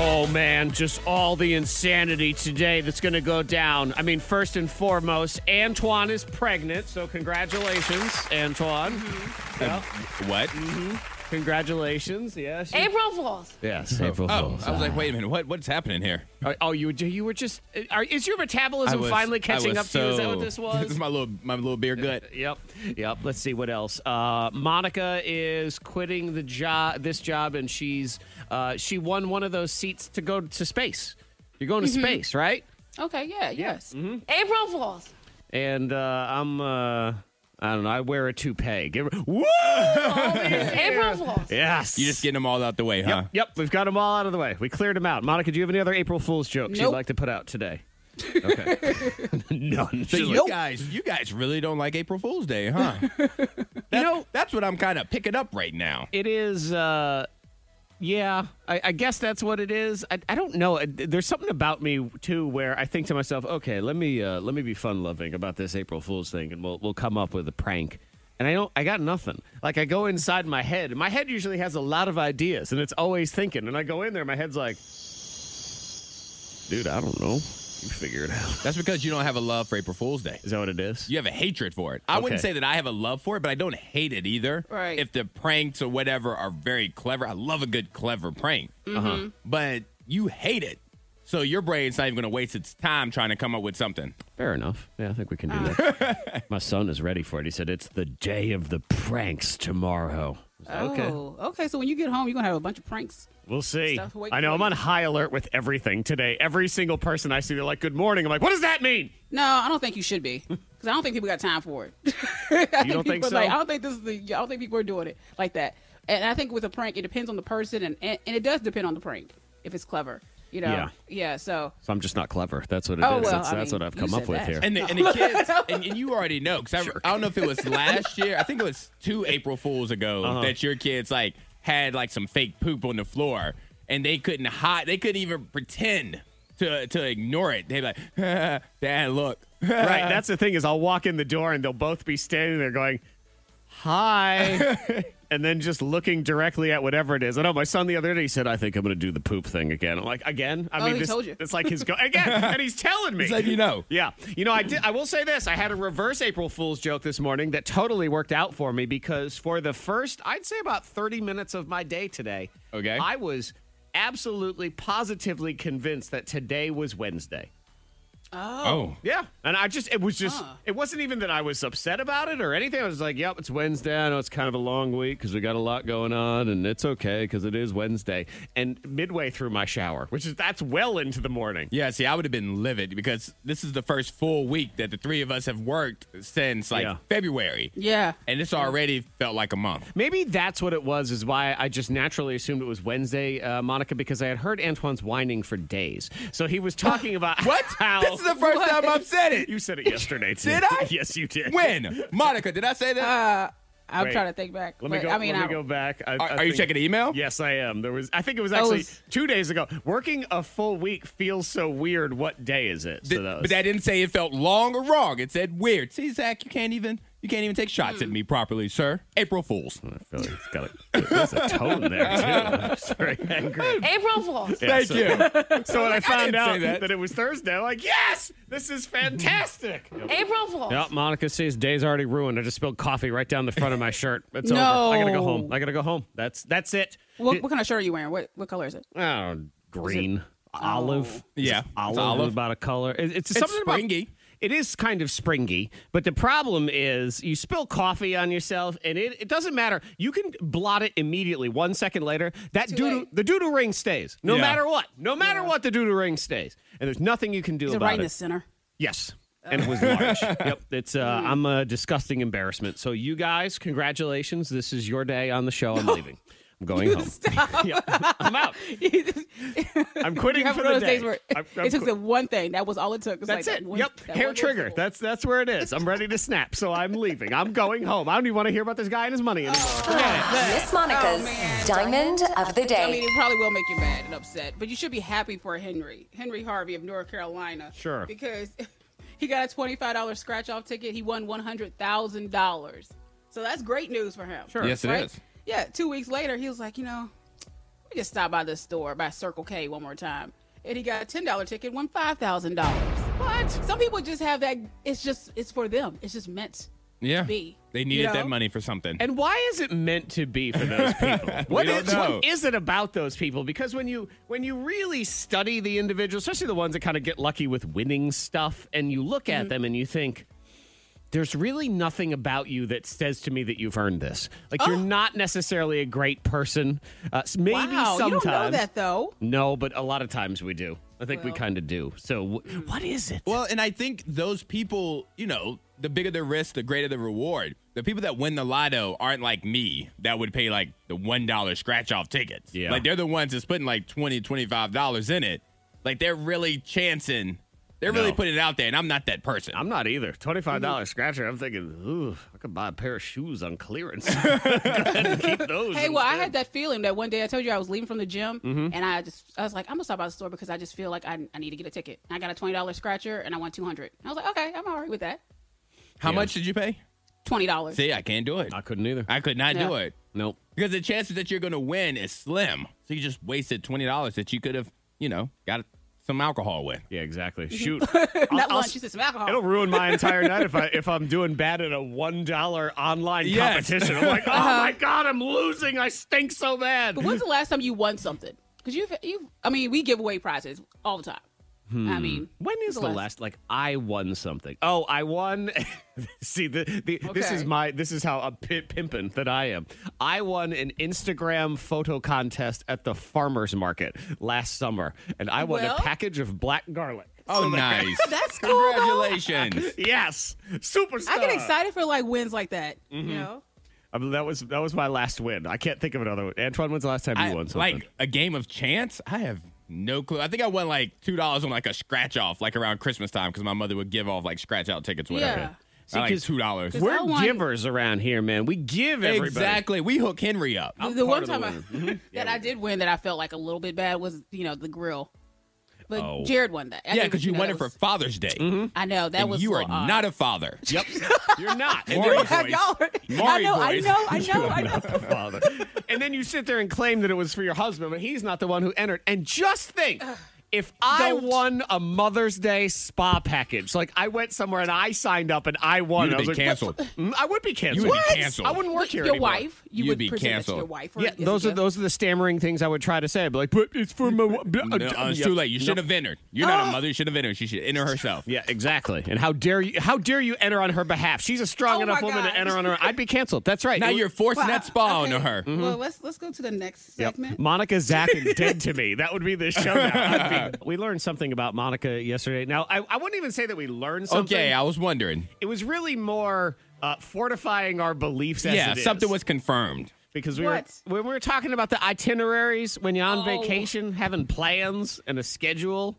Oh man, just all the insanity today that's going to go down. I mean, first and foremost, Antoine is pregnant, so congratulations, Antoine. What? Congratulations. Yes. you- April Fools. Yes, April Oh, Fools. I was like, wait a minute. What? What's happening here? Are- oh, you you were just are, is your I metabolism was- finally I catching was up to you? Is that what so- this was? Uh, This is my little my little beer gut. Yep. Yep. Let's see what else. Uh, Monica is quitting the job, this job, and she's uh, she won one of those seats to go to space. You're going to Mm-hmm. space, right? Uh, Okay, yeah, yes. Mm-hmm. April Fools. And uh, I'm uh, I don't know. I wear a toupee. Give her, woo! April Fools. Yes. You're just getting them all out the way, huh? Yep, we've got them all out of the way. We cleared them out. Monica, do you have any other April Fool's jokes you'd Nope. like to put out today? Okay. None. So She's you like, guys, you guys really don't like April Fool's Day, huh? you know, That's what I'm kind of picking up right now. it is uh yeah i, I guess that's what it is I, I don't know there's something about me too where i think to myself okay let me uh let me be fun loving about this april fool's thing and we'll we'll come up with a prank and i don't i got nothing like i go inside my head my head usually has a lot of ideas and it's always thinking and i go in there my head's like dude i don't know you figure it out That's because you don't have a love for April Fool's Day. is that what it is You have a hatred for it. I wouldn't Okay. say that I have a love for it, but I don't hate it either. Right. If the pranks or whatever are very clever, I love a good clever prank. Mm-hmm. Uh-huh. But you hate it. So your brain's not even going to waste its time trying to come up with something. Fair enough. Yeah, I think we can do that. My son is ready for it. He said it's the day of the pranks tomorrow. I was like, Okay. Oh, okay. So when you get home, you're gonna have a bunch of pranks. We'll see. Stuff, wait I know for I'm it. on high alert with everything today. Every single person I see, they're like, "Good morning." I'm like, "What does that mean?" No, I don't think you should be, because I don't think people got time for it. you don't think so? Like, I don't think this is the. I don't think people are doing it like that. And I think with a prank, it depends on the person, and and, and it does depend on the prank if it's clever. You know. Yeah. so So I'm just not clever. That's what it is. Oh, well, that's I that's mean, what I've you come up said with that. here. And the, and the kids, and, and you already know, because I, I don't know if it was last year, I think it was two April Fools ago that your kids like had like some fake poop on the floor and they couldn't hide, they couldn't even pretend to to ignore it. They'd be like, Dad, look. right. That's the thing is, I'll walk in the door and they'll both be standing there going, "Hi." And then just looking directly at whatever it is. I know my son the other day he said, "I think I'm going to do the poop thing again." I'm like, "Again?" I Oh, mean, he this, told you. it's like his go again, and he's telling me. It's like, you know. Yeah. You know, I did I will say this. I had a reverse April Fool's joke this morning that totally worked out for me because for the first, I'd say about 30 minutes of my day today, Okay. I was absolutely positively convinced that today was Wednesday. Oh. Yeah. And I just it was just it wasn't even that I was upset about it or anything. I was like, "Yep, it's Wednesday. I know it's kind of a long week cuz we got a lot going on and it's okay cuz it is Wednesday." And midway through my shower, which is that's well into the morning. Yeah, see, I would have been livid because this is the first full week that the three of us have worked since like Yeah. February. yeah. And this already felt like a month. Maybe that's what it was, is why I just naturally assumed it was Wednesday, uh, Monica, because I had heard Antoine's whining for days. So he was talking about What? how. This is the first time I've said it. you said it yesterday, too. Did I? yes, you did. When? Monica, did I say that? I'm Wait. trying to think back. Let me but, go. I mean, let me I, go back. I, are, I are you think- checking email? Yes, I am. There was. I think it was actually was- two days ago. Working a full week feels so weird. What day is it? Th- so that was, but that didn't say it felt long or wrong. It said weird. See, Zach, you can't even you can't even take shots at me properly, sir. April Fools. I feel like it's got a, there's a tone there too. I'm just very angry. April Fools. Yeah, Thank so- you. So when I found didn't say out that. that. it was Thursday, I'm like, yes, this is fantastic. April Fools. Yep, Monica says day's already ruined. I just spilled coffee right down the front of my shirt. It's No. over. I gotta go home. I gotta go home. That's that's it. what, what kind of shirt are you wearing? What what color is it? Oh, green, olive. Yeah, It's it's olive, olive. about a color. It- it's, something about- springy. it is kind of springy, but the problem is you spill coffee on yourself, and it, it doesn't matter. You can blot it immediately. One second later, that doodle, late. the doodle ring stays. No Yeah. matter what, no matter what, the doodle ring stays, and there's nothing you can do Is it about right in it. the center? Yes. And it was large. yep. It's uh, I'm a disgusting embarrassment. So you guys, congratulations. This is your day on the show. I'm leaving. I'm going home. Stop. Yep. I'm out. I'm quitting Have for one the of those day. days where I'm- I'm it took quit- the one thing. That was all it took. It was That's like it. That one, yep. that Hair one trigger. vegetable. That's that's where it is. I'm ready to snap, so I'm leaving. I'm going home. I don't even want to hear about this guy and his money anymore. Oh. Miss Monica's Diamond of the I mean, Day. it probably will make you mad and upset, but you should be happy for Henry, Henry Harvey of North Carolina. Sure. Because he got a twenty-five dollar scratch-off ticket. He won one hundred thousand dollars. So that's great news for him. Sure. Yes, it right? is. Yeah. Two weeks later, he was like, you know, let me just stop by this store, by Circle K one more time, and he got a ten-dollar ticket, won five thousand dollars. What? Some people just have that. It's just it's for them. It's just meant. Yeah. B, They you needed know? that money for something. And why is it meant to be for those people? What don't is, know. what is it about those people? Because when you when you really study the individuals, especially the ones that kind of get lucky with winning stuff, and you look Mm-hmm. at them and you think, there's really nothing about you that says to me that you've earned this. Like Oh. you're not necessarily a great person. Uh, s- maybe wow. sometimes. You don't know that though. No, but a lot of times we do. I think we kind of do. So wh- Hmm. what is it? Well, and I think those people, you know, the bigger the risk, the greater the reward. The people that win the lotto aren't like me that would pay like the $1 scratch off tickets. Yeah. Like they're the ones that's putting like $20, $25 in it. Like they're really chancing, they're really No. putting it out there. And I'm not that person. I'm not either. Twenty Mm-hmm. five dollars scratcher. I'm thinking, ooh, I could buy a pair of shoes on clearance. Go ahead and keep those. Hey, well, I had that feeling that one day I told you I was leaving from the gym, Mm-hmm. and I just I was like, I'm gonna stop by the store because I just feel like I, I need to get a ticket. And I got a twenty dollars scratcher, and I won two hundred. I was like, okay, I'm all right with that. How much did you pay? Twenty dollars. See, I can't do it. I couldn't either. I could not do Yeah. it nope. because the chances that you're going to win is slim. So you just wasted $20 that you could have, you know, got some alcohol with. Yeah, exactly. Shoot. Mm-hmm. Not lunch, just some alcohol. It'll ruin my entire night if I if I'm doing bad at a one dollar online Yes. competition. I'm like, oh Uh-huh. my god, I'm losing. I stink so bad. But when's the last time you won something? Because you you I mean, we give away prizes all the time. Hmm. I mean, When is the last- last like I won something? Oh, I won. See, the, the this is Okay. my this is how I'm pi pimping that I am. I won an Instagram photo contest at the farmers market last summer, and I won Well- a package of black garlic. Oh, nice. that's cool. though. Congratulations. Yes, superstar. I get excited for like wins like that. Mm-hmm. You know, I mean, that was that was my last win. I can't think of another one. Antoine, when's the last time you I- won something? Like a game of chance? I have no clue. I think I won like two dollars on like a scratch off, like around Christmas time, because my mother would give off like scratch out tickets, whatever. Yeah. I like 'cause- two dollars. Just- We're I won- givers around here, man. We give everybody. Exactly. We hook Henry up. the, the part one of the time I, Mm-hmm. that I did win that I felt like a little bit bad was you know the grill. But Jared won that. I Oh. yeah, think, because you know, won that it for was- Father's Day. I know that And was. you so are odd. not a father. Yep. You're not. And Maury then- voice. y'all are- Maury I voice. know, I know, I know, I know. the father. And then you sit there and claim that it was for your husband, but he's not the one who entered. And just think. If I Don't. won a Mother's Day spa package, like I went somewhere and I signed up and I won, You'd I have was been like, what canceled. the- Mm, I would be canceled. would be What? canceled. I wouldn't work here Your anymore. wife, you You'd would be present that to your canceled. wife. or Yeah, as a those are gift. those are the stammering things I would try to say. I'd be like, but it's for my. wa- blah, Oh, No, uh, it's yeah. too late. You should Nope. have entered. You're not a mother. You should have entered. She should enter herself. Yeah, exactly. And how dare you? How dare you enter on her behalf? She's a strong Oh enough my woman God. to enter on her. I'd be canceled. That's right. Now It- you're forcing Wow, that spa okay. onto her. Well, let's let's go to the next Yep. segment. Monica, Zach, and Dead to Me. That would be the show. now. we learned something about Monica yesterday. Now, I, I wouldn't even say that we learned something. Okay, I was wondering. it was really more uh, fortifying our beliefs. As yeah, it is. something was confirmed. because we What? were when we were talking about the itineraries when you're on Oh. vacation, having plans and a schedule,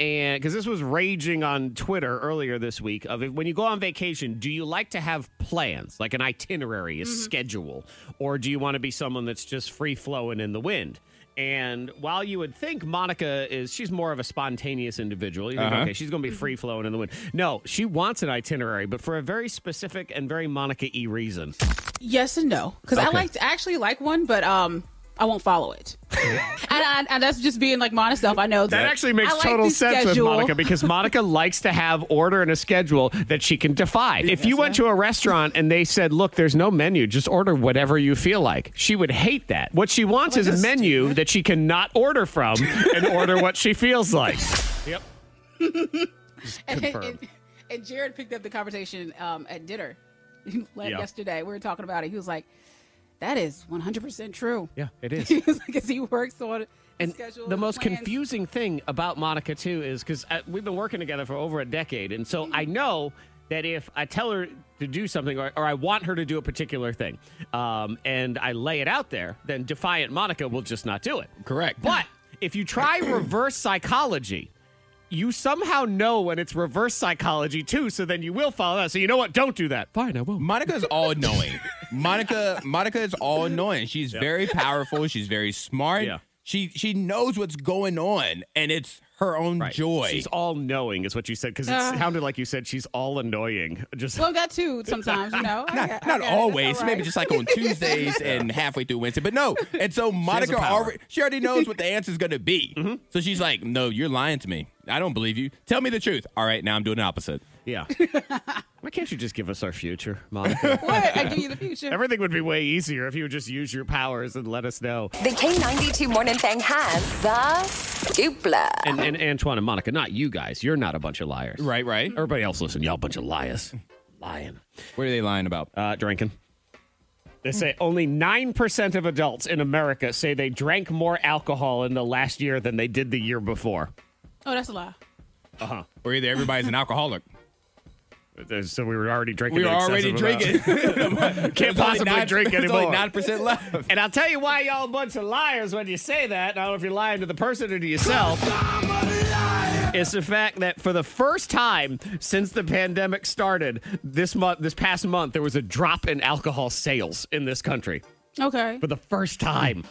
and because this was raging on Twitter earlier this week of if, when you go on vacation, do you like to have plans like an itinerary, Mm-hmm. a schedule, or do you want to be someone that's just free flowing in the wind? And while you would think Monica is, she's more of a spontaneous individual. You think, okay, she's Mm-hmm. going to be free flowing in the wind. No, she wants an itinerary, but for a very specific and very Monica e reason. Yes and no, because I like I actually like one, but um, I won't follow it. and, I, and that's just being like modest self. I know That actually makes I like total the sense schedule. with Monica because Monica likes to have order and a schedule that she can defy. If you went to a restaurant and they said, "Look, there's no menu. Just order whatever you feel like." She would hate that. What she wants Oh is a menu that she cannot order from and order what she feels like. Yep. confirmed. and, and Jared picked up the conversation um, at dinner like Yeah. yesterday. We were talking about it. He was like, "That is 100 percent true." Yeah, it is. because he works on And schedule the most plans. uh, Mm-hmm. confusing thing about Monica too is because we've been working together for over a decade, and so I know that if I tell her to do something or, or I want her to do a particular thing um, and I lay it out there, then Defiant Monica will just not do it. Correct. But if you try reverse psychology, you somehow know when it's reverse psychology too, so then you will follow that. So you know what? Don't do that. Fine, I won't. Monica's all knowing. Monica Monica is all knowing. She's very powerful. She's very smart. Yeah. She she knows what's going on and it's her own joy. She's all knowing, is what you said, because it sounded like you said she's all annoying. Just Uh. Well, that too sometimes, you know. I not, got- not I got it. It's always. Uh, all Maybe right. just like on Tuesdays and halfway through Wednesday. But no. And so Monica power. already she already knows what the answer's gonna be. So she's like, No, you're lying to me. I don't believe you. Tell me the truth. All right, now I'm doing the opposite. yeah. Why can't you just give us our future, Monica? What? I give you the future. Everything would be way easier if you would just use your powers and let us know. The K92 Morning Thing has the dupla. And, and Antoine and Monica, not you guys. You're not a bunch of liars. Right, right. Everybody else, listen. Y'all a bunch of liars. Lying. What are they lying about? Uh, drinking. They say only 9% of adults in America say they drank more alcohol in the last year than they did the year before. Oh, that's a lie. Or either everybody's an alcoholic. Uh, So we were already drinking. We an were already excessive amount. drinking. Can't possibly drink anymore. Nine percent left. And I'll tell you why y'all a bunch of liars when you say that. I don't know if you're lying to the person or to yourself. It's the fact that for the first time since the pandemic started this month, this past month, there was a drop in alcohol sales in this country Okay. for the first time.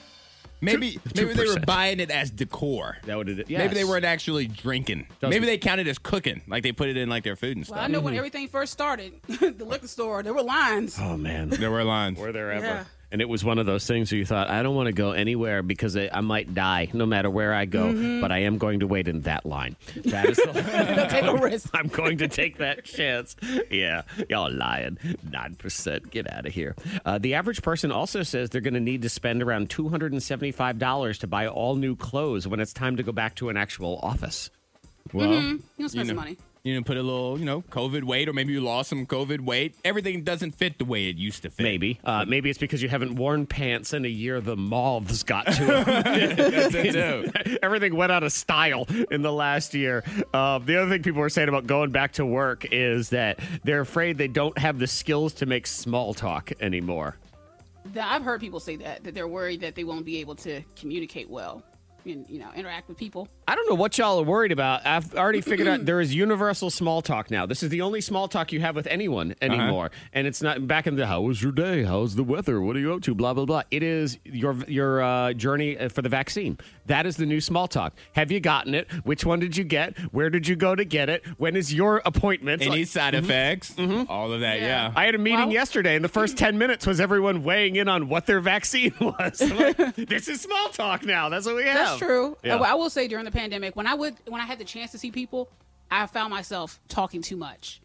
Maybe maybe they were 2%. buying it as decor. That would have Maybe they weren't actually drinking. Maybe they counted as cooking, like they put it in like their food and Well, I stuff. know when everything first started, the liquor store, there were lines. Oh man, There were lines. were there ever? Yeah. And it was one of those things where you thought, I don't want to go anywhere because I, I might die no matter where I go, but I am going to wait in that line. That is Oh, the Take a risk. I'm going to take that chance. Yeah, y'all lying. 9%. Get out of here. Uh, the average person also says they're going to need to spend around $275 to buy all new clothes when it's time to go back to an actual office. Well, You don't spend know, some money. You know, put a little, you know, COVID weight, or maybe you lost some COVID weight. Everything doesn't fit the way it used to fit. Maybe. Uh, maybe it's because you haven't worn pants in a year. The moths got to 'em. That's it, too. Everything went out of style in the last year. Uh, the other thing people were saying about going back to work is that they're afraid they don't have the skills to make small talk anymore. Th- I've heard people say that that they're worried that they won't be able to communicate well and you know interact with people. I don't know what y'all are worried about. I've already figured out there is universal small talk now. This is the only small talk you have with anyone anymore, and it's not back in the "How was your day? How's the weather? What are you up to?" Blah blah blah. It is your your uh, journey uh, for the vaccine. That is the new small talk. Have you gotten it? Which one did you get? Where did you go to get it? When is your appointment? Any Like- side mm-hmm. effects? All of that, yeah. I had a meeting yesterday, and the first 10 minutes was everyone weighing in on what their vaccine was. I'm like, this is small talk now. That's what we have. That's true. Oh. Yeah. Uh, well, I will say during the pandemic, when I would when I had the chance to see people, I found myself talking too much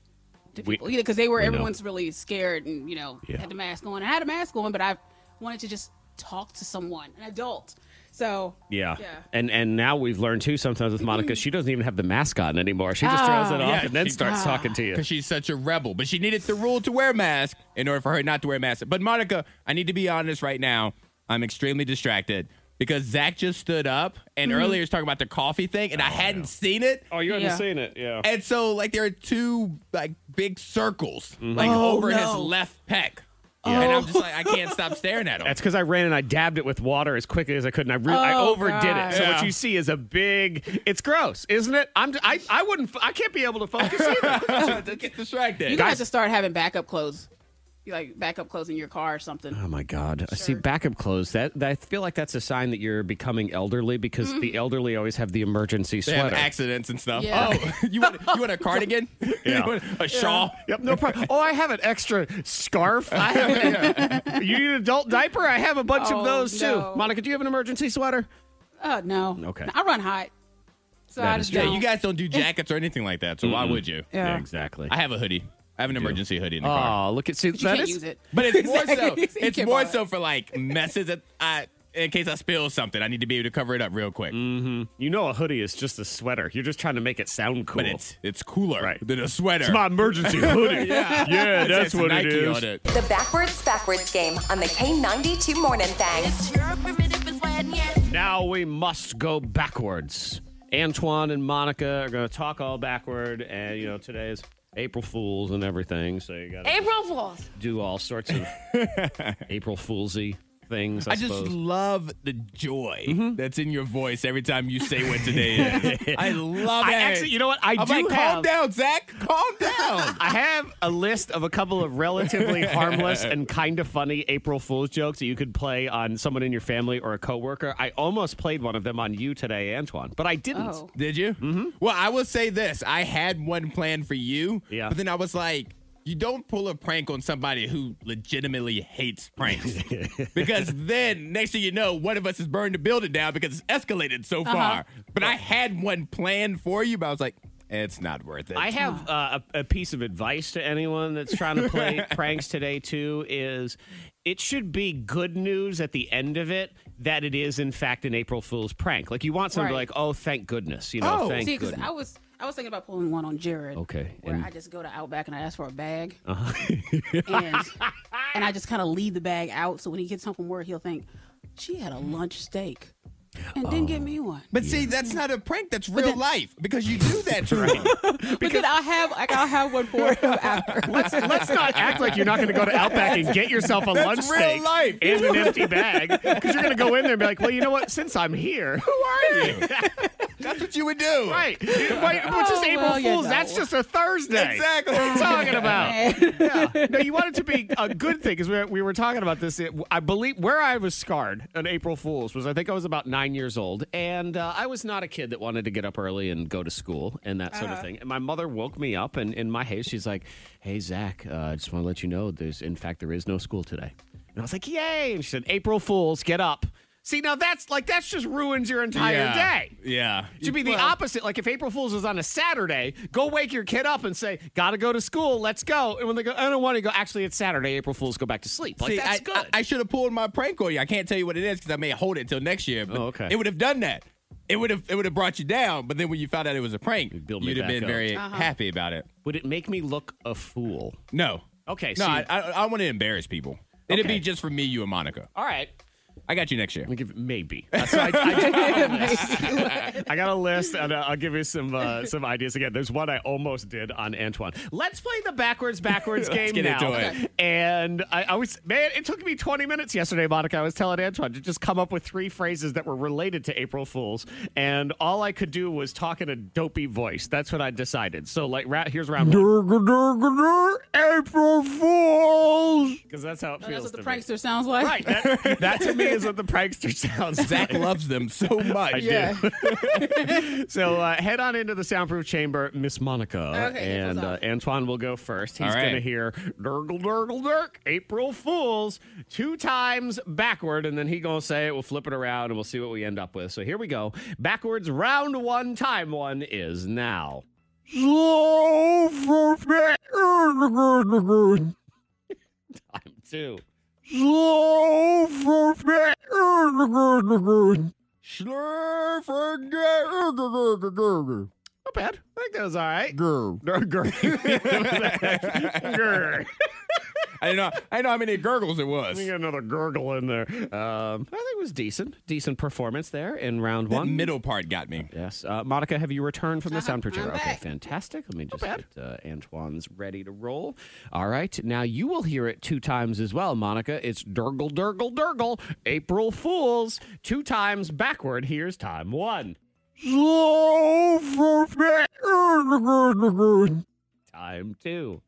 to We- people because they were know. everyone's really scared and you know Yeah. had the mask on. I had a mask on, but I wanted to just talk to someone, an adult. So Yeah. yeah. And and now we've learned too sometimes with Monica, she doesn't even have the mask on anymore. She just throws it off Yeah, and then she- starts talking to you. because she's such a rebel. But she needed the rule to wear a mask in order for her not to wear a mask. But Monica, I need to be honest right now. I'm extremely distracted because Zach just stood up and Mm-hmm. earlier he was talking about the coffee thing, and I hadn't seen it. Oh, you haven't Yeah. seen seen it, yeah. And so, like, there are two like big circles like Oh, over his no. Oh. left pec, and I'm just like, I can't stop staring at him. That's because I ran and I dabbed it with water as quickly as I could, and I, re- I Oh, overdid God. it. So what Yeah. you see is a big. It's gross, isn't it? I'm. I. I wouldn't. f- I can't be able to focus either. Get distracted. you guys to start having backup clothes, You, like backup clothes in your car or something. Oh my God! I See backup clothes. That, that- I feel like that's a sign that you're becoming elderly because the elderly always have the emergency they have sweater. accidents and stuff. Yeah. Oh, you want you want a cardigan? Yeah. you want a shawl? Yep, no problem. Oh, I have an extra scarf. I have you need an adult diaper? I have a bunch Oh, of those no. too. Monica, do you have an emergency sweater? Oh no. Okay. I run hot, so That I is just true. Yeah, don't. you guys don't do jackets or anything like that, so why would you? Yeah. exactly. I have a hoodie. I have an emergency hoodie in the car. Oh, look at see But you that can't is use it. But it's more so. Exactly. You It's can't more buy it. so for like messes that I, in case I spill something, I need to be able to cover it up real quick. you know a hoodie is just a sweater. You're just trying to make it sound cool. But it's it's cooler Mm. Right. than a sweater. It's my emergency hoodie. yeah. It that's says what Nike it is. on it. The backwards backwards game on the K92 Morning Thing. Now we must go backwards. Antoine and Monica are going to talk all backward, and you know today is April Fools and everything. So you got to April Fools. do all sorts of April Foolsy things. I, I just suppose. Mm-hmm. love the joy that's in your voice every time you say what today is. I love it. I actually, you know what? I I'm do like, calm have. down, Zach. Calm down. I have a list of a couple of relatively harmless and kind of funny April Fool's jokes that you could play on someone in your family or a coworker. I almost played one of them on you today, Antoine, but I didn't. Oh. Did you? Mm-hmm. Well, I will say this. I had one plan for you. Yeah. But then I was like, you don't pull a prank on somebody who legitimately hates pranks. because then next thing you know, one of us has burned the building down because it's escalated so Uh-huh. far. But I had one plan for you, but I was like, it's not worth it. I have uh, a, a piece of advice to anyone that's trying to play pranks today too is it should be good news at the end of it that it is in fact an April Fool's prank. Like you want someone Right. to be like, "Oh, thank goodness." You know, Oh. thank See, because goodness. I was I was thinking about pulling one on Jared. Okay, Where and- Uh-huh. I just go to Outback and I ask for a bag, and and I just kind of leave the bag out so when he gets home from work he'll think she had a lunch steak and didn't get me one. But see, that's not a prank. That's real life because you do that to him. but then I'll have like I'll have one for him after. let's let's not act like you're not going to go to Outback and get yourself a lunch real steak life. and an empty bag because you're going to go in there and be like, "Well, you know what? Since I'm here, Who are you? that's what you would do. right? Wait, what's this Oh, April well, you Fools? That's know. just a Thursday. Exactly. What are you talking about? yeah. No, you want it to be a good thing because we, were- we were talking about this. It- I believe where I was scarred on April Fools was I think I was about nine years old, and uh, I was not a kid that wanted to get up early and go to school and that Uh-huh. sort of thing. And my mother woke me up, and in my haste, she's like, "Hey, Zach, uh, I just want to let you know there's, in fact, there is no school today." And I was like, "Yay!" And she said, "April Fools, get up." See, now that's like that's just ruins your entire Yeah. day. Yeah. It should be the opposite. Like if April Fool's is on a Saturday, go wake your kid up and say, "Gotta go to school. Let's go." And when they go, "I don't want to go," actually, it's Saturday. April Fool's, go back to sleep. Like See, that's I, good. I, I should have pulled my prank on you. I can't tell you what it is because I may hold it till next year. But Oh, okay. It would have done that. It would have it would have brought you down. But then when you found out it was a prank, build me you'd have back been up. very happy about it. Would it make me look a fool? No. Okay, No, so I you- I, I want to embarrass people. It'd Okay. be just for me, you, and Monica. All right. I got you next year. I'm gonna give it maybe. Uh, so I, I, I got a list, and uh, I'll give you some uh, some ideas again. There's one I almost did on Antoine. Let's play the backwards backwards game get now. into it. And I, I was man, it took me 20 minutes yesterday, Monica. I was telling Antoine to just come up with three phrases that were related to April Fools, and all I could do was talk in a dopey voice. That's what I decided. So like, ra- here's round one. April Fools, because that's how it That's feels. what the to me. prankster sounds like. Right. That, that to me is what the prankster sounds Zach loves them so much. I do. so uh, head on into the soundproof chamber, Miss Monica, Okay, and April's uh, off. Antoine will go first. He's All right. going to hear "Durgle Durgle Dirk," April Fools, two times backward, and then he gonna say it. We'll flip it around, and we'll see what we end up with. So here we go. Backwards, round one, time one is now. So for me, time two. So for me. Schlurfer. Not bad. I think that was all right. Grr. Grr. I don't know. I know how many gurgles it was. Let me get another gurgle in there. Um, I think it was decent. Decent performance there in round That one. middle part got me. Yes. Uh, Monica, have you returned from the sound projector? Uh-huh. I'm Okay, back. fantastic. Let me just get uh, Antoine's ready to roll. All right. Now you will hear it two times as well, Monica. It's Durgle, Durgle, Durgle, April Fools. Two times backward. Here's time one. Time two.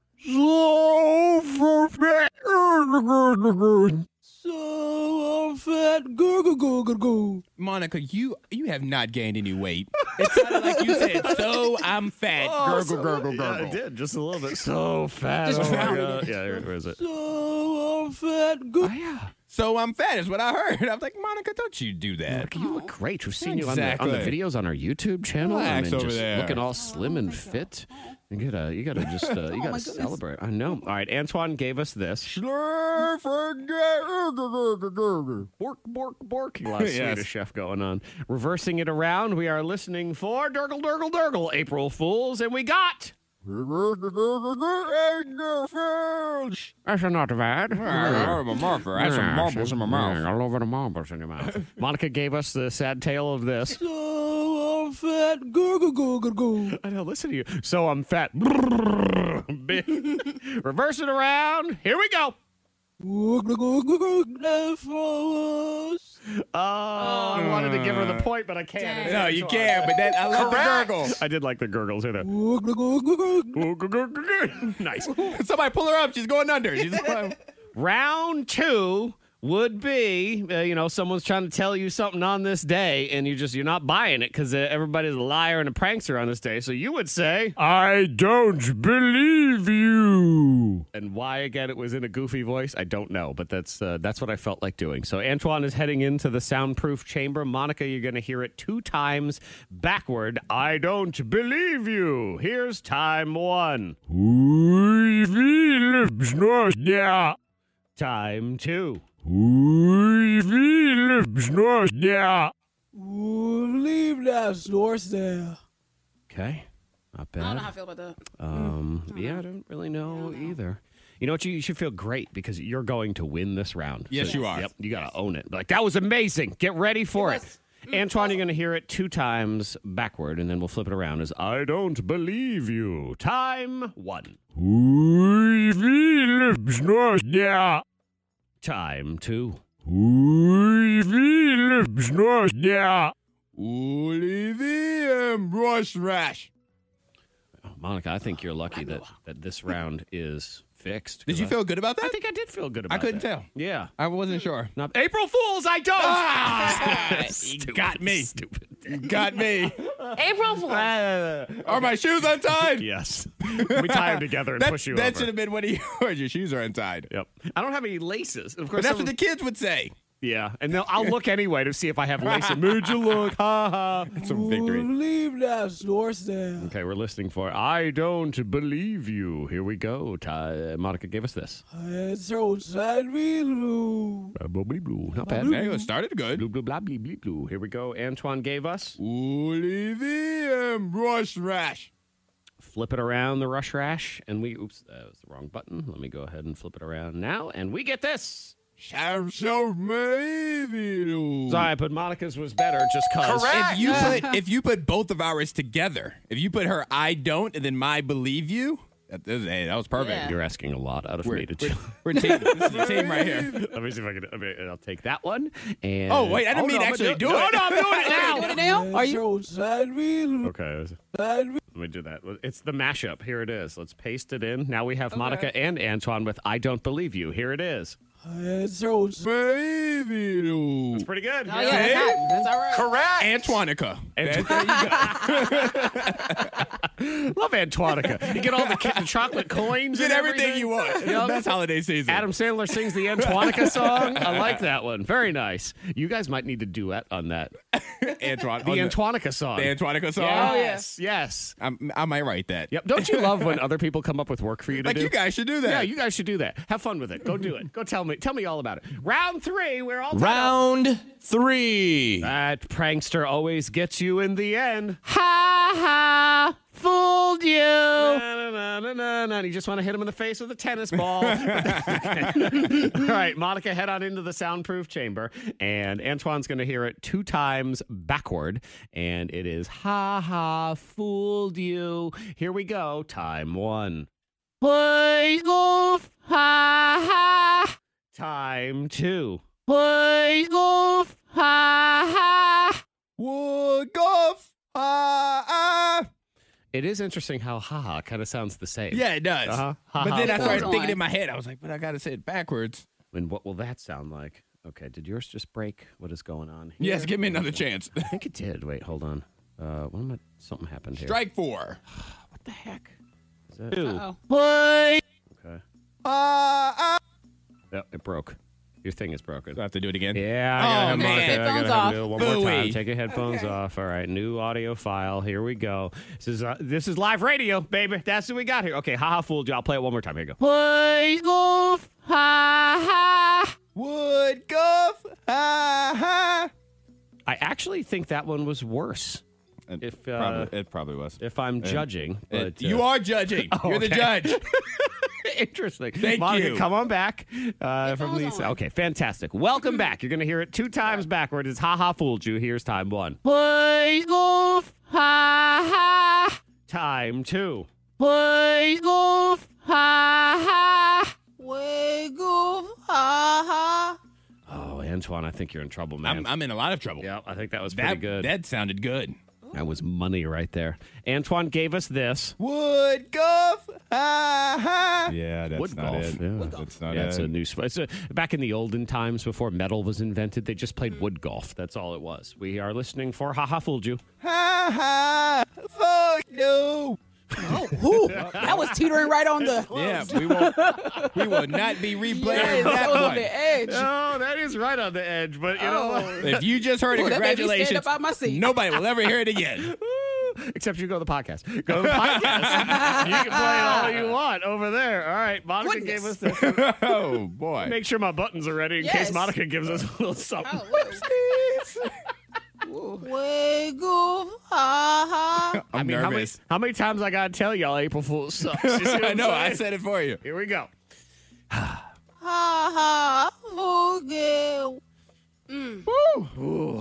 So fat gurgle gurgle gurgle. Monica, you you have not gained any weight. It sounded like you said, so I'm fat. gurgle gurgle Yeah, gurgle. I did just a little bit. So fat. Just oh my drowned in God. it. Yeah, here- where is it? Oh, So I'm fat gurgle. yeah. So I'm fat is what I heard. I was like, Monica, don't you do that. You look great. We've seen you on the, on the Exactly. videos on our YouTube channel. I Relax mean, over just there. looking all slim and fit. You gotta, you gotta just, uh, you gotta celebrate. I know. All right, Antoine gave us this. Schlurfer gurgle gurgle gurgle. Bork, bork, bork. A lot of Yes. Swedish chef going on. Reversing it around, we are listening for Durgle, Durgle, Durgle, April Fools, and we got. Gurgle, gurgle, gurgle, gurgle. That's not bad. Ah, I'm a marker. I have some marbles in my mouth. All over the marbles in your mouth. Monica gave us the sad tale of this. So fat. Go, go, go, go, go. I don't listen to you. So I'm fat. Bitch. Reverse it around. Here we go. Go, go, go, go, go, left for us. Oh, I wanted to give her the point, but I can't. Mm. No, you can't. But that I love the gurgle. I did like the gurgles. Hear that? Go, go, go, go, go. nice. Somebody pull her up. She's going under. She's going- Round two would be, uh, you know, someone's trying to tell you something on this day, and you just you're not buying it because uh, everybody's a liar and a prankster on this day. So you would say, "I don't believe you." And why again? It was in a goofy voice. I don't know, but that's uh, that's what I felt like doing. So Antoine is heading into the soundproof chamber. Monica, you're going to hear it two times backward. I don't believe you. Here's time one. Time two. Leave that source there. Okay. Not bad. I don't know how I feel about that. Um, yeah, I don't really know either. You know what? You, you should feel great because you're going to win this round. Yes, you are. Yep, you got to own it. Like, that was amazing. Get ready for it. Antoine, you're going to hear it two times backward, and then we'll flip it around as I don't believe you. Time one. Time two. Olivium Rush Rash. Oh, Monica, I think you're lucky that, that this round is fixed. Did you feel good about that? I think I did feel good about I couldn't that. tell. Yeah. I wasn't sure. Not April Fools, I don't. he Stupid, got me. Stupid. Got me. April Fools. Are my shoes untied? Yes. We tie them together and that, push you that over. should have been what he heard. Your shoes are untied. Yep. I don't have any laces. Of But course. that's what some- the kids would say. yeah. And they'll, I'll look anyway to see if I have laces. Made you look. Ha ha. It's a victory. Leave that source there. Okay, we're listening for I Don't Believe You. Here we go. Ty, Monica gave us this. It's outside me, Lou. Blah, blee, blue. Not bad. There you go. Started good. Blue, blue, blah, blee, blee, blue. Here we go. Antoine gave us. Olivium Rush Rash. Flip it around the rush rash. And we, oops, that was the wrong button. Let me go ahead and flip it around now. And we get this. I'm so maybe. Sorry, but Monica's was better just cause. If you put if you put both of ours together, if you put her I don't and then my believe you, that, that was- hey, that was perfect. Yeah. You're asking a lot out of me to We're, do. we're team. This is a team right here. Let me see if I can. Okay, I'll take that one. And Oh wait, I didn't Oh, mean no, I'm actually gonna do it. No, no, I'm doing it now. You doing it now? Are It's you outside me, Lou? Okay, let me do that. It's the mashup. Here it is. Let's paste it in. Now we have Monica and Antoine with "I Don't Believe You." Here it is. It's outside. Baby Lou. It's pretty good. Oh, yeah, that's, hot. that's all right. Correct. Antoinica. Love Antoinica. You get all the, ca- the chocolate coins Get and everything you want. Yeah. That's holiday season. Adam Sandler sings the Antoinica song. I like that one. Very nice. You guys might need to duet on that. Antoine. The on Antoinica song. Oh, The Antoinica song. Yes. Yes. I'm- i might write that. Yep. Don't you love when other people come up with work for you to Like do? you guys should do that. Yeah, you guys should do that. Have fun with it. Go do it. Go tell me. Tell me all about it. Round three. We're all tied up. Round three. That prankster always gets you in the end. Ha ha! Fooled you. Na, na, na, na, na. You just want to hit him in the face with a tennis ball. all right, Monica, head on into the soundproof chamber, and Antoine's going to hear it two times backward, and it is ha ha! Fooled you. Here we go. Time one. Play golf. Ha ha. Time two. Play golf. Ha ha. Wood golf. Ah, ah. It is interesting how ha ha kind of sounds the same. Yeah, it does. Uh-huh. But then I Ha-ha. started Hold thinking on. in my head. I was like, but I got to say it backwards. And what will that sound like? Okay, did yours just break? What is going on? Here? Yes, give me another chance. I think it did. Wait, hold on. Uh, what am I? Something happened here. Strike four. What the heck? Is that- Uh-oh. Play. Okay. Ah, uh, ah. Yep, it broke. Your thing is broken. Do I have to do it again? Yeah, I gotta Oh, have man. Monica. I gotta Headphones have off. Neil one Booey. more time. Take your headphones off. All right, new audio file. Here we go. This is uh, this is live radio, baby. That's what we got here. Okay, haha, fooled you. I'll play it one more time. Here you go. Play golf. Ha ha. Wood golf. Ha ha. I actually think that one was worse. If, uh, probably, it probably was. If I'm judging, but uh, Oh, It- you are judging. You're the okay. judge. Interesting. Thank Monica, you. come on back uh, from phone's Lisa. on. Okay, fantastic. Welcome back. You're going to hear it two times backward. It's Ha Ha Fooled You. Here's time one. Please golf. Ha Ha. Time two. Please golf. Ha Ha. Way goof, ha ha. Oh, Antoine, I think you're in trouble, man. I'm, I'm in a lot of trouble. yeah, I think that was pretty that good. that sounded good. that was money right there. Antoine gave us this. Wood golf. Yeah, that's Wood not golf. it. Yeah. That's not Yeah, it. it's Oh, a new sport. It's a, back in the olden times before metal was invented, they just played wood golf. That's all it was. We are listening for Ha Ha Fooled You. Ha ha. Fuck no. Ooh, that was teetering right on the Yeah, we won't. we will not be replaying yes, that that was on one. the edge. Oh. Oh, that is right on the edge, but you If you just heard it, Ooh, that made me stand congratulations. up out my seat. Nobody will ever hear it again. Except you go to the podcast. Go to the podcast. you can play it all you want over there. All right, Monica Goodness. gave us this. oh boy. Make sure my buttons are ready in case Yes. Oh. Monica gives us a little something. Way goof, ha ha. I'm I mean, how many, nervous. how many times I gotta tell y'all April Fool's sucks? You see what I I'm know. I saying? said it for you. Here we go. ha ha okay. Mm.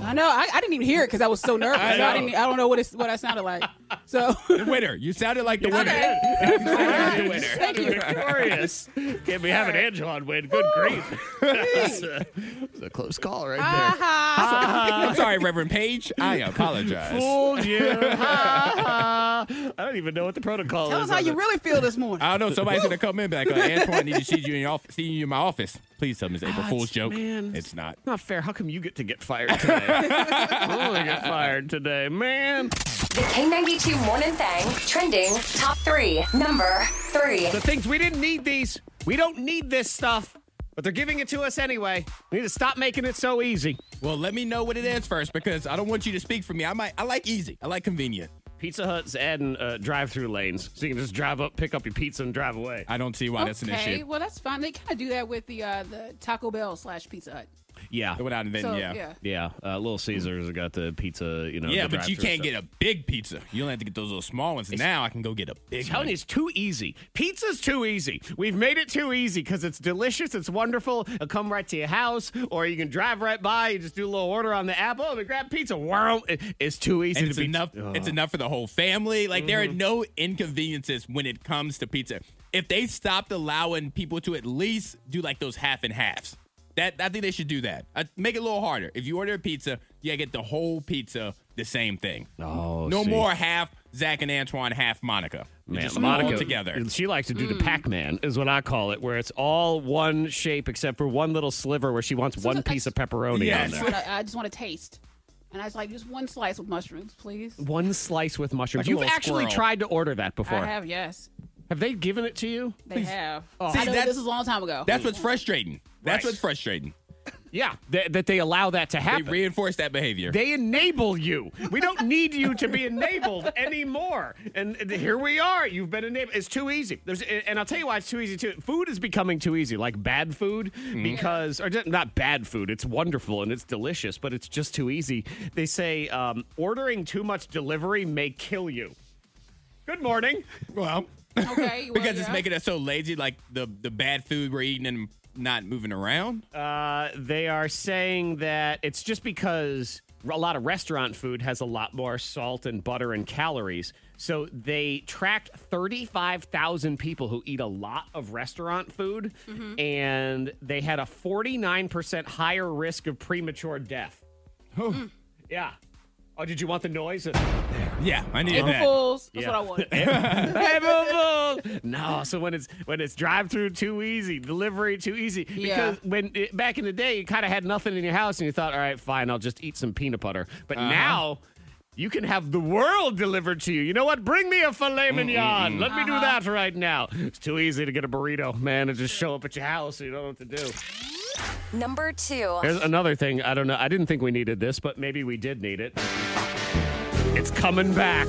I know. I, I didn't even hear it because I was so nervous. I, so I, know. didn't, I don't know what it's, what I sounded like. So The winner. You sounded like the winner. okay, You sounded like the winner. thank you. Victorious. Can't be having Angelon win. Good grief. That's a, that's a close call right Ah, there. I'm sorry, Reverend Page. I apologize. Fooled you. Ha, ha. I don't even know what the protocol Tell is. us how on you it. really feel this morning. I don't know. Somebody's gonna come in, be like, uh, Antoine, I need to see you in your office. See you in my office. Please tell me it's April Fool's joke. Ah, man. It's not. Not fair. How come you get to get fired today? I only get fired today, man. The K92 Morning Thang trending top three. Number three. The things we didn't need these. We don't need this stuff, but they're giving it to us anyway. We need to stop making it so easy. Well, let me know what it is first because I don't want you to speak for me. I might. I like easy. I like convenient. Pizza Hut's adding uh, drive-through lanes, so you can just drive up, pick up your pizza, and drive away. I don't see why that's an okay, issue. well that's fine. They kind of do that with the uh, the Taco Bell slash Pizza Hut. Yeah, Without inventing, So yeah. yeah. yeah. Uh, Little Caesars got the pizza, you know. Yeah, the but you drive-thru can't stuff. get a big pizza. You only have to get those little small ones. now I can go get a big I'm telling one. you, it's too easy. Pizza's too easy. We've made it too easy because it's delicious, it's wonderful. It'll come right to your house, or you can drive right by. You just do a little order on the app. Oh, they grab pizza. Wow, It- it's too easy. and to it's be- uh-huh. Mm-hmm. enough. It's enough for the whole family. Like there are no inconveniences when it comes to pizza. If they stopped allowing people to at least do like those half and halves, that I think they should do that. I, make it a little harder. If you order a pizza, you gotta get the whole pizza, the same thing. Oh, no see. more half Zach and Antoine, half Monica. Man, just Monica, all together. She likes to do the Pac-Man, is what I call it, where it's all one shape except for one little sliver where she wants one Sometimes I piece of pepperoni Yes. on there. I just wanna- I just want to taste, and I was like, just one slice with mushrooms, please. One slice with mushrooms. Like a You've little actually squirrel. tried to order that before. I have yes, Have they given it to you? they have. Oh. See, I know that's- this is a long time ago. That's what's frustrating. That's Right. what's frustrating. Yeah, that, that they allow that to They happen. reinforce that behavior. They enable you. We don't need you to be enabled anymore. And and here we are. You've been enabled. It's too easy. There's, and I'll tell you why it's too easy too. Food is becoming too easy, like bad food, because or just- not bad food. It's wonderful and it's delicious, but it's just too easy. They say um, ordering too much delivery may kill you. Good morning. well, okay, well, because it's yeah. making us so lazy. Like the the bad food we're eating and not moving around. Uh, they are saying that it's just because a lot of restaurant food has a lot more salt and butter and calories. So they tracked 35,000 people who eat a lot of restaurant food, and they had a 49% higher risk of premature death. Hmm. Yeah. Oh, did you want the noise? Yeah, I need April that. Fools. That's Yeah. what I want. April Fools. No, so when it's when it's drive through too easy, delivery too easy. Because Yeah. when it, back in the day, you kind of had nothing in your house and you thought, all right, fine, I'll just eat some peanut butter. But now. You can have the world delivered to you. You know what? Bring me a filet mignon. Let me do that right now. It's too easy to get a burrito, man, and just show up at your house. So you don't know what to do. Number two. Here's another thing. I don't know. I didn't think we needed this, but maybe we did need it. It's coming back.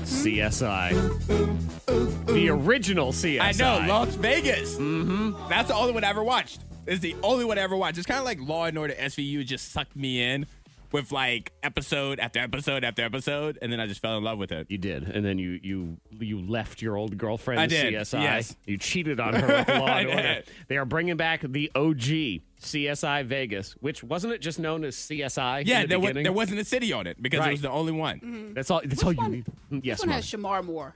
CSI. The original CSI. I know Las Vegas. Mm-hmm. That's the only one I ever watched. It's the only one I ever watched. It's kind of like Law and Order SVU just sucked me in. with like episode after episode after episode, and then I just fell in love with it. You did, and then you you you left your old girlfriend. I did, CSI. yes. You cheated on her with Law I and Order. did. They are bringing back the OG CSI Vegas, which wasn't it just known as CSI? in Yeah, the there, was, beginning? there wasn't a city on it because Right. it was the only one. Mm-hmm. That's all. That's all you one- need. Mm, Yes, This one Mom. has Shamar Moore,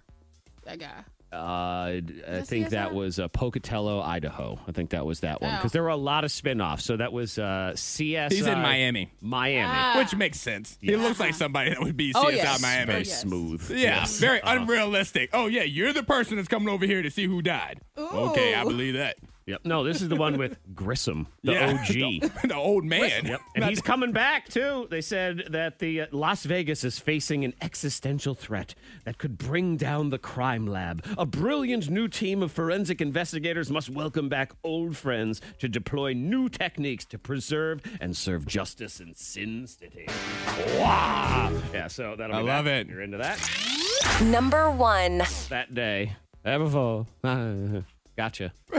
that guy. Uh, I that think that CSI? was uh, Pocatello, Idaho. I think that was that one because Oh. there were a lot of spin-offs. So that was uh, CSI. He's in Miami, Miami. Ah. which makes sense. He looks like somebody that would be CSI Uh-huh. Oh, yes. Miami. Very Oh, yes. smooth. Yeah, Yes. Uh-huh. very unrealistic. Oh yeah, you're the person that's coming over here to see who died. Okay, I Ooh. believe that. Yep. No, this is the one with Grissom, the Yeah. OG. the, the old man. Yep. And he's coming back too. They said that the uh, Las Vegas is facing an existential threat that could bring down the crime lab. A brilliant new team of forensic investigators must welcome back old friends to deploy new techniques to preserve and serve justice in Sin City. Wow. Yeah, so that'll I be love that. it. You're into that Number one. that day. Ever before. Gotcha.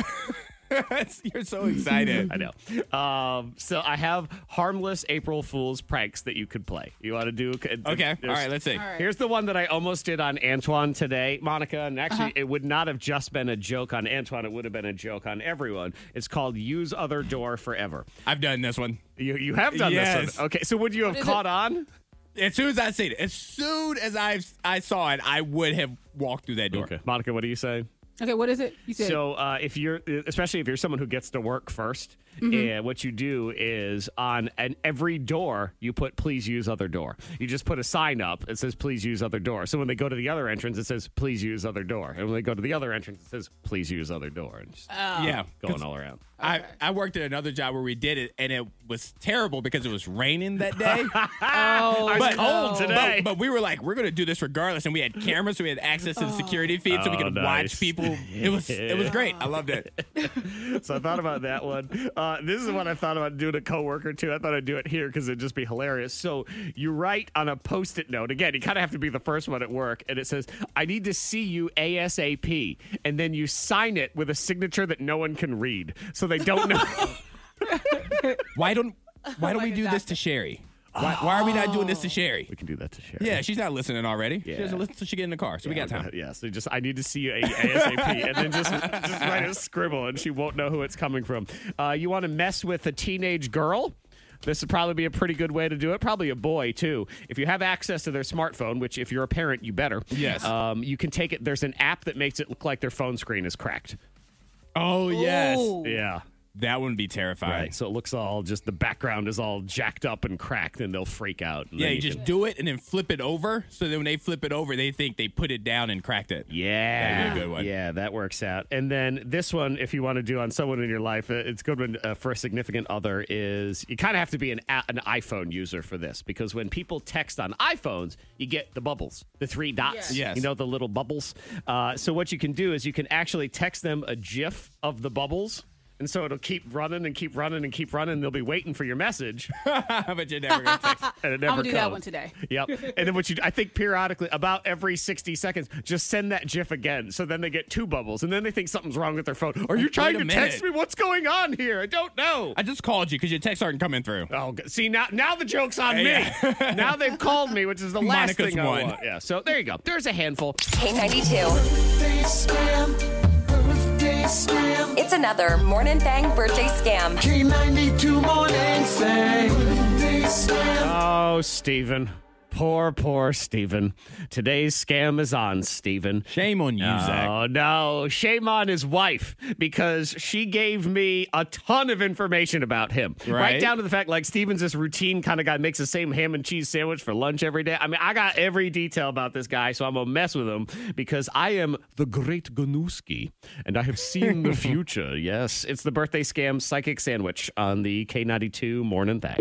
That's- you're so excited. I know. Um, so I have harmless April Fool's pranks that you could play. You want to do? Okay, all there's- right, let's see. right. Here's the one that I almost did on Antoine today, Monica. And actually, Uh-huh. it would not have just been a joke on Antoine. It would have been a joke on everyone. It's called Use Other Door Forever. I've done this one. You, you have done this Yes. one. Okay. So would you have is caught on? As soon as I seen it, as soon as I I saw it, I would have walked through that door. Monica, what do you say? Okay, what is it? You said So, uh, if you're, especially if you're someone who gets to work 1st uh, what you do is on an every door you put "Please use other door." You just put a sign up that says "Please use other door." So when they go to the other entrance, it says "Please use other door," and when they go to the other entrance, it says "Please use other door," and just Oh. Yeah, going all around. I, I worked at another job where we did it, and it was terrible because it was raining that day. oh, but, cold today. But, but we were like, we're gonna do this regardless, and we had cameras, so we had access to the security feed, so we Oh, could nice. watch people. It was it was great. I loved it. So I thought about that one. Uh, this is what I thought about doing a coworker too. I thought I'd do it here because it'd just be hilarious. So you write on a post-it note. Again, you kind of have to be the first one at work, and it says, "I need to see you ASAP," and then you sign it with a signature that no one can read, so they don't know. Why don't Why don't we do this to Sherry? Why, why are we not doing this Oh. to Sherry? we can do that to share. Yeah, she's not listening already. Yeah. She doesn't listen till she get in the car, so we got time. Oh, Yeah, so just I need to see you A- ASAP, and then just just write a scribble, and she won't know who it's coming from. Uh, you want to mess with a teenage girl? This would probably be a pretty good way to do it. Probably a boy too, if you have access to their smartphone. Which, if you're a parent, you better. Yes. Um, you can take it. There's an app that makes it look like their phone screen is cracked. Oh yes, Ooh. Yeah. that wouldn't be terrifying. Right. So it looks all just the background is all jacked up and cracked, and they'll freak out. and Yeah, then you just can- do it and then flip it over. So then when they flip it over, they think they put it down and cracked it. Yeah, That'd be a good one. Yeah, that works out. And then this one, if you want to do on someone in your life, uh, it's good one uh, for a significant other. Is you kind of have to be an a- an iPhone user for this because when people text on iPhones, you get the bubbles, the three dots. Yes. Yes. you know the little bubbles. Uh, so what you can do is you can actually text them a GIF of the bubbles. And so it'll keep running and keep running and keep running. They'll be waiting for your message, but you're never gonna fix it. and it never I'm gonna do that comes. one today. Yep. And then what you, I think periodically, about every 60 seconds, just send that GIF again. So then they get two bubbles, and then they think something's wrong with their phone. Are you trying a to minute. text me? What's going on here? I don't know. I just called you because your texts aren't coming through. Oh, g- see now, now the joke's on me. Yeah. now they've called me, which is the last Monica's thing I won. want. Yeah. So there you go. There's a handful. K92. It's another Morning Thang birthday scam. Oh, Steven. Poor, poor Steven. Today's scam is on, Steven. Shame on you, Zach. Oh no! Shame on his wife because she gave me a ton of information about him. Right, Right. down to the fact like Steven's this routine kind of guy makes the same ham and cheese sandwich for lunch every day. I mean, I got every detail about this guy, so I'm gonna mess with him because I am the great Ganooski and I have seen the future. Yes, it's the birthday scam psychic sandwich on the K92 morning thing.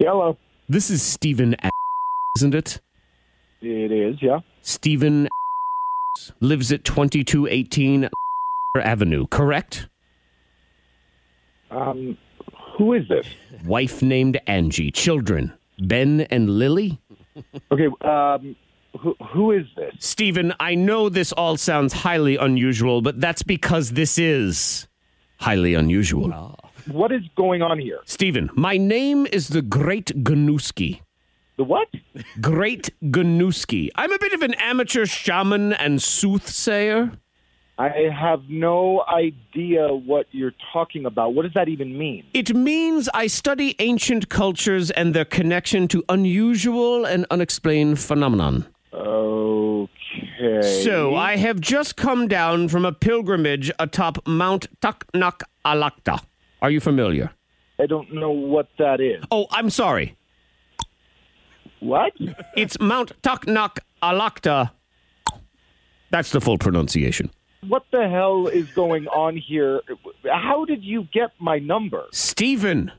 Hello. This is Steven, isn't it? It is, yeah. Stephen lives at 2218 Avenue, correct? Um, who is this? Wife named Angie, children Ben and Lily. Okay, um, who, who is this? Stephen, I know this all sounds highly unusual, but that's because this is highly unusual. what is going on here? Steven, my name is the Great Ganooski. The what? Great Ganooski. I'm a bit of an amateur shaman and soothsayer. I have no idea what you're talking about. What does that even mean? It means I study ancient cultures and their connection to unusual and unexplained phenomenon. Okay. So I have just come down from a pilgrimage atop Mount Taknak Alakta. Are you familiar? I don't know what that is. Oh, I'm sorry. What? It's Mount Taknak Alakta. That's the full pronunciation. What the hell is going on here? How did you get my number? Stephen,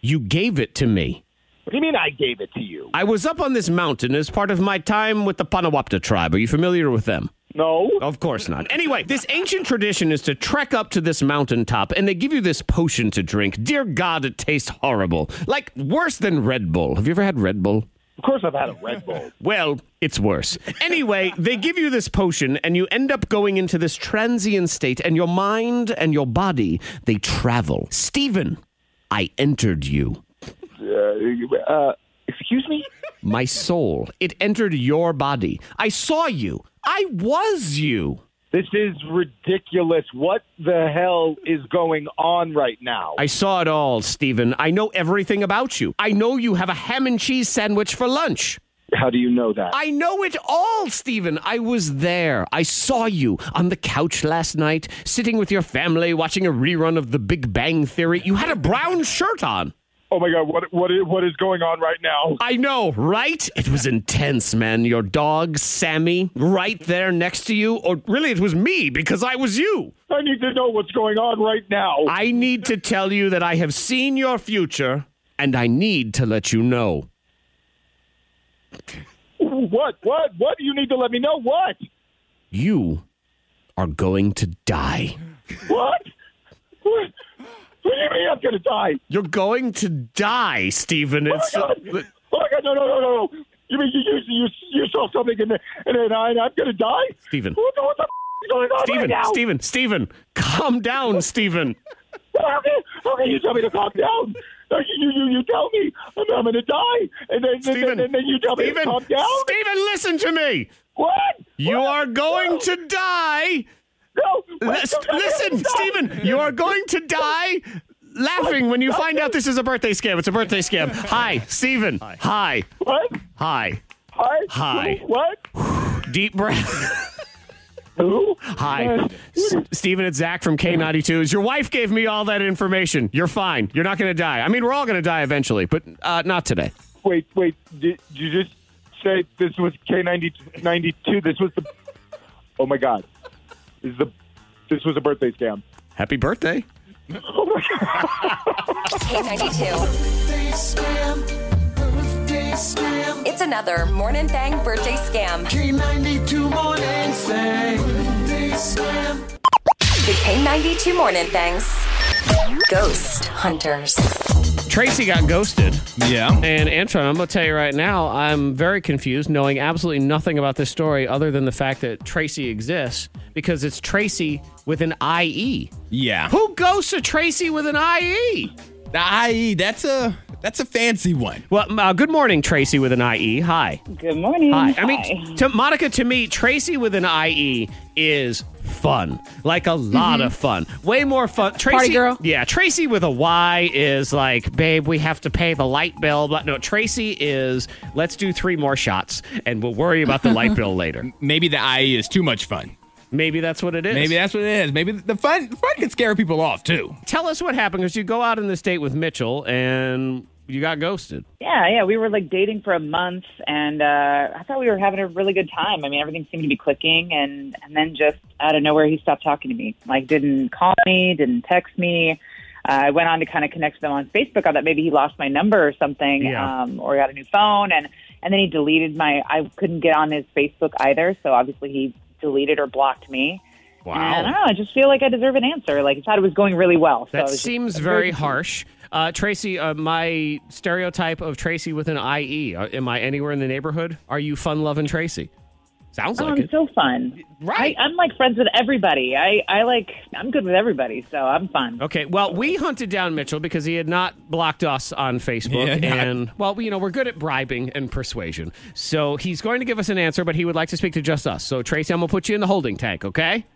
you gave it to me. What do you mean I gave it to you? I was up on this mountain as part of my time with the Panawapta tribe. Are you familiar with them? No. Of course not. Anyway, this ancient tradition is to trek up to this mountaintop and they give you this potion to drink. Dear God, it tastes horrible. Like worse than Red Bull. Have you ever had Red Bull? Of course I've had a Red Bull. Well, it's worse. Anyway, they give you this potion and you end up going into this transient state and your mind and your body, they travel. Stephen, I entered you. Uh, uh, excuse me? My soul, it entered your body. I saw you. I was you. This is ridiculous. What the hell is going on right now? I saw it all, Stephen. I know everything about you. I know you have a ham and cheese sandwich for lunch. How do you know that? I know it all, Stephen. I was there. I saw you on the couch last night, sitting with your family, watching a rerun of The Big Bang Theory. You had a brown shirt on. oh my god, what what is, what is going on right now? I know, right? It was intense, man. Your dog, Sammy, right there next to you. Or really, it was me because I was you. I need to know what's going on right now. I need to tell you that I have seen your future, and I need to let you know. what what what do you need to let me know? What? you are going to die. What? What, what do you mean I'm gonna die? You're going to die, Stephen. Oh my It's uh, god! Oh my god! No no no no no! You mean you you you, you saw something in the and then I, I'm gonna die? Stephen. What, the- what the f- is going on right Stephen, now? Stephen, Stephen, calm down, Stephen. How can, how can you tell me to calm down? You, you, you, you tell me I'm, I'm going to die, and then, Stephen, and, then, and then you tell me Stephen, to calm down? Stephen, listen to me. What? You What? are going to die. No. L- What? st- No, no, listen, no. Stephen, you are going to die laughing when you find out this is a birthday scam. It's a birthday scam. Hi, Stephen. Hi. What? Hi. Hi. Hi. What? Deep breath. Who? Hi, S- Steven. It's Zach from K92. Your wife gave me all that information. You're fine. You're not going to die. I mean, we're all going to die eventually, but uh, not today. Wait, wait. Did you just say this was K92? This was the. Oh my God. This is the. This was a birthday scam. Happy birthday. K92. It's another Morning Thang birthday scam. The K92 Morning Thangs. Ghost Hunters. Tracy got ghosted. Yeah. And Antron, I'm going to tell you right now, I'm very confused, knowing absolutely nothing about this story other than the fact that Tracy exists because it's Tracy with an IE. Yeah. Who ghosts a Tracy with an E? IE? The IE, that's a that's a fancy one. Well, uh, good morning, Tracy with an IE. Hi. Good morning. Hi. I mean, to Monica, to me, Tracy with an IE is fun. Like a lot Mm-hmm. of fun. Way more fun. Tracy, girl? Yeah. Tracy with a Y is like, babe, we have to pay the light bill. But no, Tracy is, let's do three more shots and we'll worry about the light bill later. Maybe the IE is too much fun. Maybe that's what it is. Maybe that's what it is. Maybe the fun fun can scare people off too. Tell us what happened because you go out on this date with Mitchell and you got ghosted. yeah, yeah. We were like dating for a month, and uh, I thought we were having a really good time. I mean, everything seemed to be clicking, and and then just uh, out of nowhere, he stopped talking to me. Like, didn't call me, didn't text me. Uh, I went on to kind of connect with him on Facebook. I thought maybe he lost my number or something, Yeah. um, or got a new phone, and and then he deleted my. I couldn't get on his Facebook either, so obviously he deleted or blocked me. And I don't know. oh, I just feel like I deserve an answer. Like, I thought it was going really well. so I That was just- seems I was very confused. harsh. Uh, Tracy, uh, my E, stereotype of Tracy with an IE. uh, Am I anywhere in the neighborhood? Are you fun loving Tracy? Sounds oh, like I'm it. so fun. Right. I, I'm like friends with everybody. I, I like, I'm good with everybody, so I'm fun. Okay, well, we hunted down Mitchell because he had not blocked us on Facebook, Yeah, I- and well, we- you know, we're good at bribing and persuasion. So he's going to give us an answer, but he would like to speak to just us. So Tracy, I'm gonna put you in the holding tank, okay?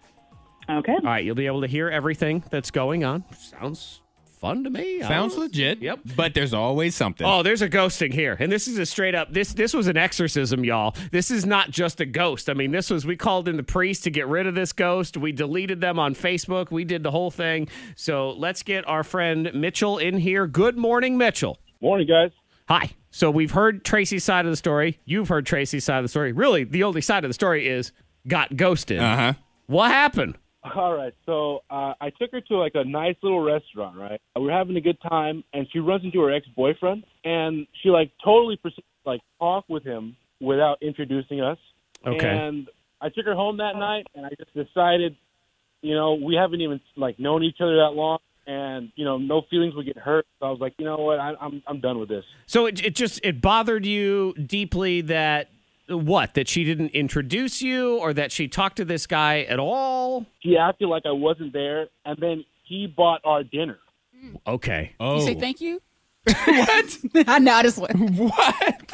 Okay. All right, you'll be able to hear everything that's going on. Sounds fun to me. I Sounds don't- legit. Yep. But there's always something. Oh, there's a ghosting here. And this is a straight up this this was an exorcism, y'all. This is not just a ghost. I mean, this was we called in the priest to get rid of this ghost. We deleted them on Facebook. We did the whole thing. So let's get our friend Mitchell in here. Good morning, Mitchell. Morning, guys. Hi. So we've heard Tracy's side of the story. You've heard Tracy's side of the story. Really, the only side of the story is got ghosted. Uh huh. What happened? All right, so uh, I took her to like a nice little restaurant, right? We were having a good time, and she runs into her ex-boyfriend, and she like totally proceeds to, like talk with him without introducing us. Okay. And I took her home that night, and I just decided, you know, we haven't even like known each other that long, and you know, no feelings would get hurt. So I was like, you know what, I, I'm I'm done with this. So it, it just it bothered you deeply that what that she didn't introduce you or that she talked to this guy at all. She acted like I wasn't there, and then he bought our dinner. Okay. Oh. You say thank you? what? I know. I just went. What?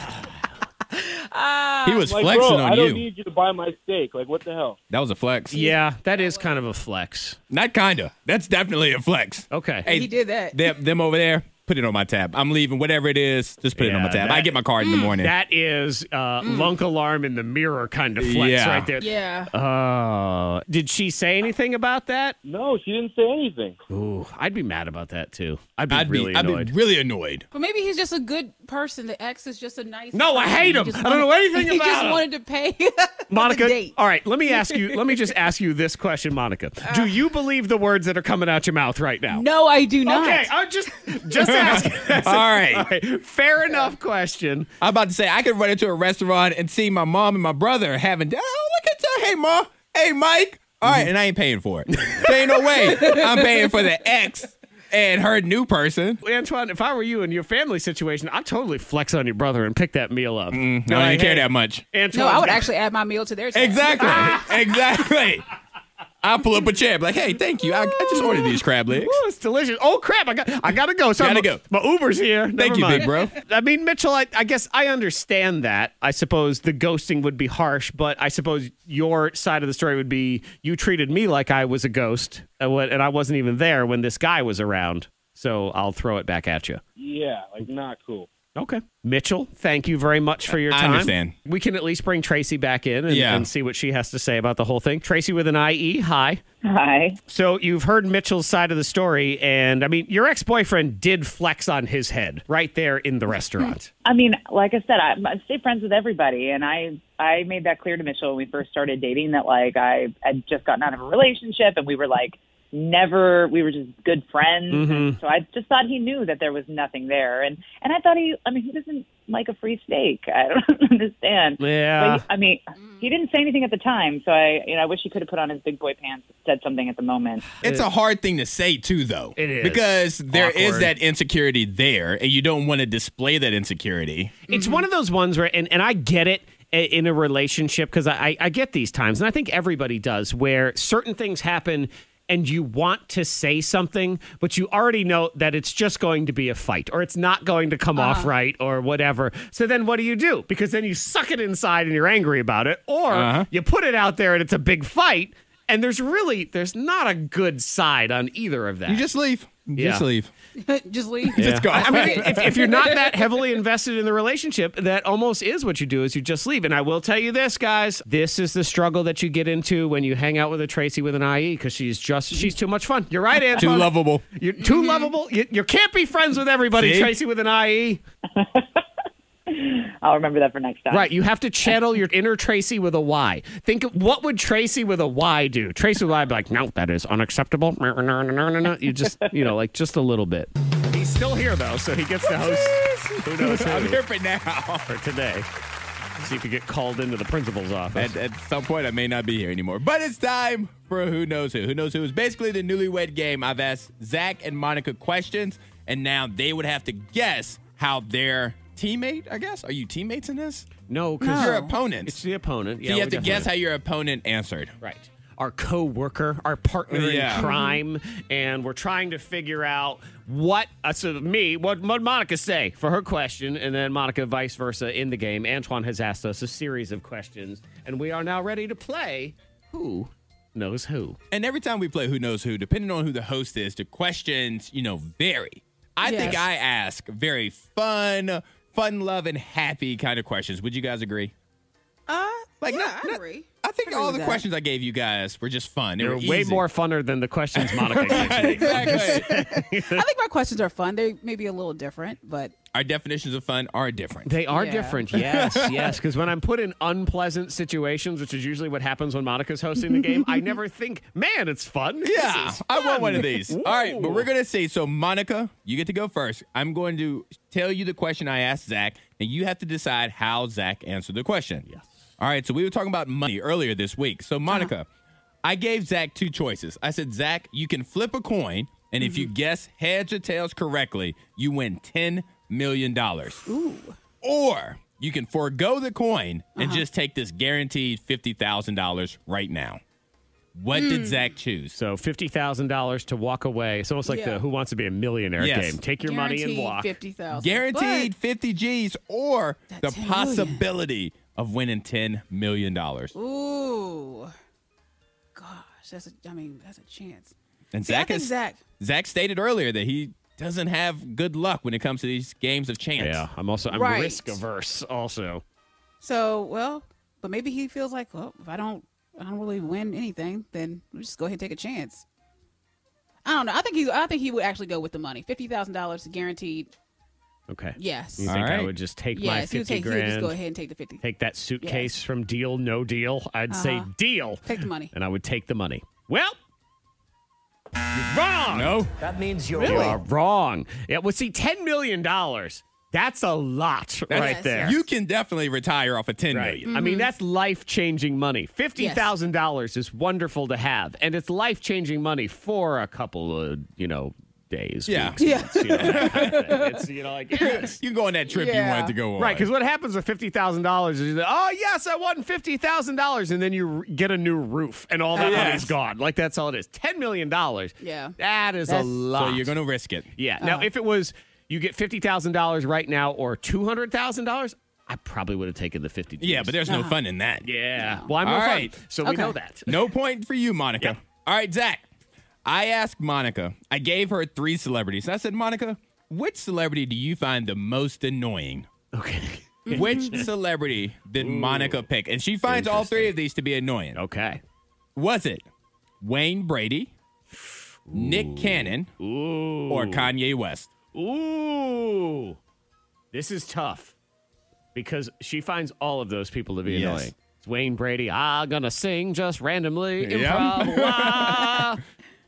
he was Like, flexing bro, on I don't you. need you to buy my steak. Like, what the hell? that was a flex. Yeah, that is kind of a flex. Not kinda. That's definitely a flex. Okay. Hey, He did that. Them, them over there, put it on my tab. I'm leaving. Whatever it is, just put it on my Yeah, tab. that- Mm. I get my card in the morning. That is uh, lunk alarm in the mirror kind of flex Mm. Yeah. right there. Yeah. Uh, did she say anything about that? No, she didn't say anything. Ooh, I'd be mad about that too. I'd be I'd really be, annoyed. I'd be really annoyed. But maybe he's just a good person. The ex is just a nice. No, I person. hate He him. just I don't know anything he about just him. wanted to pay. for the Monica, date. all right, let me ask you. Let me just ask you this question, Monica. Uh. Do you believe the words that are coming out your mouth right now? No, I do not. Okay, I'm just just asking. All right. Okay, fair enough question. I'm about to say I could run into a restaurant and see my mom and my brother having dinner. Oh, look at that. Hey, ma. Hey, Mike. All right, and I ain't paying for it. there ain't no way I'm paying for the ex and her new person. Antoine, if I were you in your family situation, I'd totally flex on your brother and pick that meal up. No, Mm-hmm. I Like, didn't care hey, that much. Antoine's No, I would got- actually add my meal to theirs. Exactly. exactly. I pull up a chair, be like, hey, thank you. I, I just ordered these crab legs. Ooh, it's delicious. Oh crap! I got I gotta go. Sorry, Gotta go. My Uber's here. Never you, mind. big bro. I mean, Mitchell. I, I guess I understand that. I suppose the ghosting would be harsh, but I suppose your side of the story would be you treated me like I was a ghost, and what- and I wasn't even there when this guy was around. So I'll throw it back at you. Yeah, like not cool. Okay. Mitchell, thank you very much for your I time. understand. We can at least bring Tracy back in and, Yeah. and see what she has to say about the whole thing. Tracy with an IE. Hi. Hi. So you've heard Mitchell's side of the story. And I mean, your ex boyfriend did flex on his head right there in the restaurant. I mean, like I said, I, I stay friends with everybody, and I I made that clear to Mitchell when we first started dating that like I had just gotten out of a relationship, and we were like never we were just good friends. Mm-hmm. And So I just thought he knew that there was nothing there, and and I thought he, I mean, he doesn't like a free steak. I don't understand. Yeah. But, I mean, Mm. he didn't say anything at the time, so I you know I wish he could have put on his big boy pants, and said something at the moment. It's a hard thing to say too, though. It is. because there is Awkward. that insecurity there, and you don't want to display that insecurity. It's one of those ones where, and, and I get it i- in a relationship because I, I get these times, and I think everybody does, where certain things happen and you want to say something, but you already know that it's just going to be a fight or it's not going to come Uh-huh. off right or whatever. So then what do you do? Because then you suck it inside and you're angry about it, or Uh-huh. you put it out there and it's a big fight. And there's really there's not a good side on either of that. You just leave. Just Yeah. leave. just leave. Just go. I mean, if, if you're not that heavily invested in the relationship, that almost is what you do is you just leave. And I will tell you this, guys, this is the struggle that you get into when you hang out with a Tracy with an IE because she's just she's too much fun. You're right, Antoine. Too lovable. You're too lovable. You, you can't be friends with everybody, See? Tracy with an E. IE. I'll remember that for next time. Right. You have to channel your inner Tracy with a Y. Think of what would Tracy with a Y do? Tracy with a Y would be like, no, that is unacceptable. You just, you know, like just a little bit. He's still here, though, so he gets to host. Who knows? who. I'm here for now. for today. See if you get called into the principal's office. At, at some point, I may not be here anymore. But it's time for Who Knows Who. Who Knows Who is basically the newlywed game. I've asked Zach and Monica questions, and now they would have to guess how their teammate, I guess. Are you teammates in this? No, because you're No. opponents. It's the opponent. so Yeah, you have we to guess definitely- how your opponent answered. Right. Our co-worker, our partner Yeah. in crime, and we're trying to figure out what. Uh, so me, what what Monica say for her question, and then Monica vice versa in the game. Antoine has asked us a series of questions, and we are now ready to play. Who knows who? And every time we play Who Knows Who, depending on who the host is, the questions, you know, vary. I Yes. think I ask very fun, fun loving, happy kind of questions. Would you guys agree? Uh, Like, yeah, not- I not- agree. I think agree all with the that. questions I gave you guys were just fun. They They're were way easy. more funner than the questions Monica gives me. exactly. I think my questions are fun. They may be a little different, but Our definitions of fun are different. They are Yeah. different, yes, yes. Because when I'm put in unpleasant situations, which is usually what happens when Monica's hosting the game, I never think, man, it's fun. This Yeah, is I want fun." one of these. All right, but Whoa. we're gonna say so. Monica, you get to go first. I'm going to tell you the question I asked Zach, and you have to decide how Zach answered the question. Yes. All right, so we were talking about money earlier this week. So Monica, Uh-huh. I gave Zach two choices. I said, Zach, you can flip a coin, and if Mm-hmm. you guess heads or tails correctly, you win ten million dollars. Ooh. Or you can forego the coin and Uh-huh. just take this guaranteed fifty thousand dollars right now. What Hmm. did Zach choose? So fifty thousand dollars to walk away. It's almost like Yeah. the Who Wants to Be a Millionaire Yes. game. Take your money and guaranteed walk. 50,000. guaranteed 50 G's or the 10 million. possibility of winning 10 million dollars. But- ooh. Gosh, that's a, I mean, that's a chance. And See, I think has- Zach- Zach stated earlier that he doesn't have good luck when it comes to these games of chance. Yeah, I'm also I'm Right. risk averse. Also, So, well, but maybe he feels like, well, if I don't, I don't really win anything, then we'll just go ahead and take a chance. I don't know. I think he, I think he would actually go with the money. Fifty thousand dollars guaranteed. okay. Yes. You All think I right. would just take my yes. fifty He would take. He would grand? just go ahead and take the fifty. Take that suitcase from Deal No Deal. I'd say deal, Uh-huh. Take the money. and I would take the money. Well. You're wrong. No. That means you're You are wrong. Yeah, well, see, ten million dollars. That's a lot right Yes, there. You can definitely retire off of ten million. Right. I mean, that's life changing money. Fifty thousand dollars is wonderful to have, and it's life changing money for a couple of you know days. Yeah. weeks, months, you know, that kind of thing. it's you know like yes. You can go on that trip you Yeah. wanted to go on. Right, because what happens with fifty thousand dollars is you're like, oh yes, I won fifty thousand dollars, and then you r- get a new roof, and all that Yes. money's gone. Like that's all it is. Ten million dollars. Yeah. that is a That's- So lot. so you're going to risk it. Yeah. Now, if it was you get fifty thousand dollars right now or two hundred thousand dollars, I probably would have taken the fifty. Yeah, but there's no fun in that. yeah. Well, I'm All no fun, right. so we Okay. know that. No point for you, Monica. All right, Zach. I asked Monica. I gave her three celebrities. I said, Monica, which celebrity do you find the most annoying? Okay. Which celebrity did Monica pick? And she finds all three of these to be annoying. Okay. Was it Wayne Brady, Nick Cannon, Ooh. or Kanye West? Ooh. This is tough because she finds all of those people to be Yes. annoying. It's Wayne Brady. I'm gonna sing just randomly Yeah. improv. blah.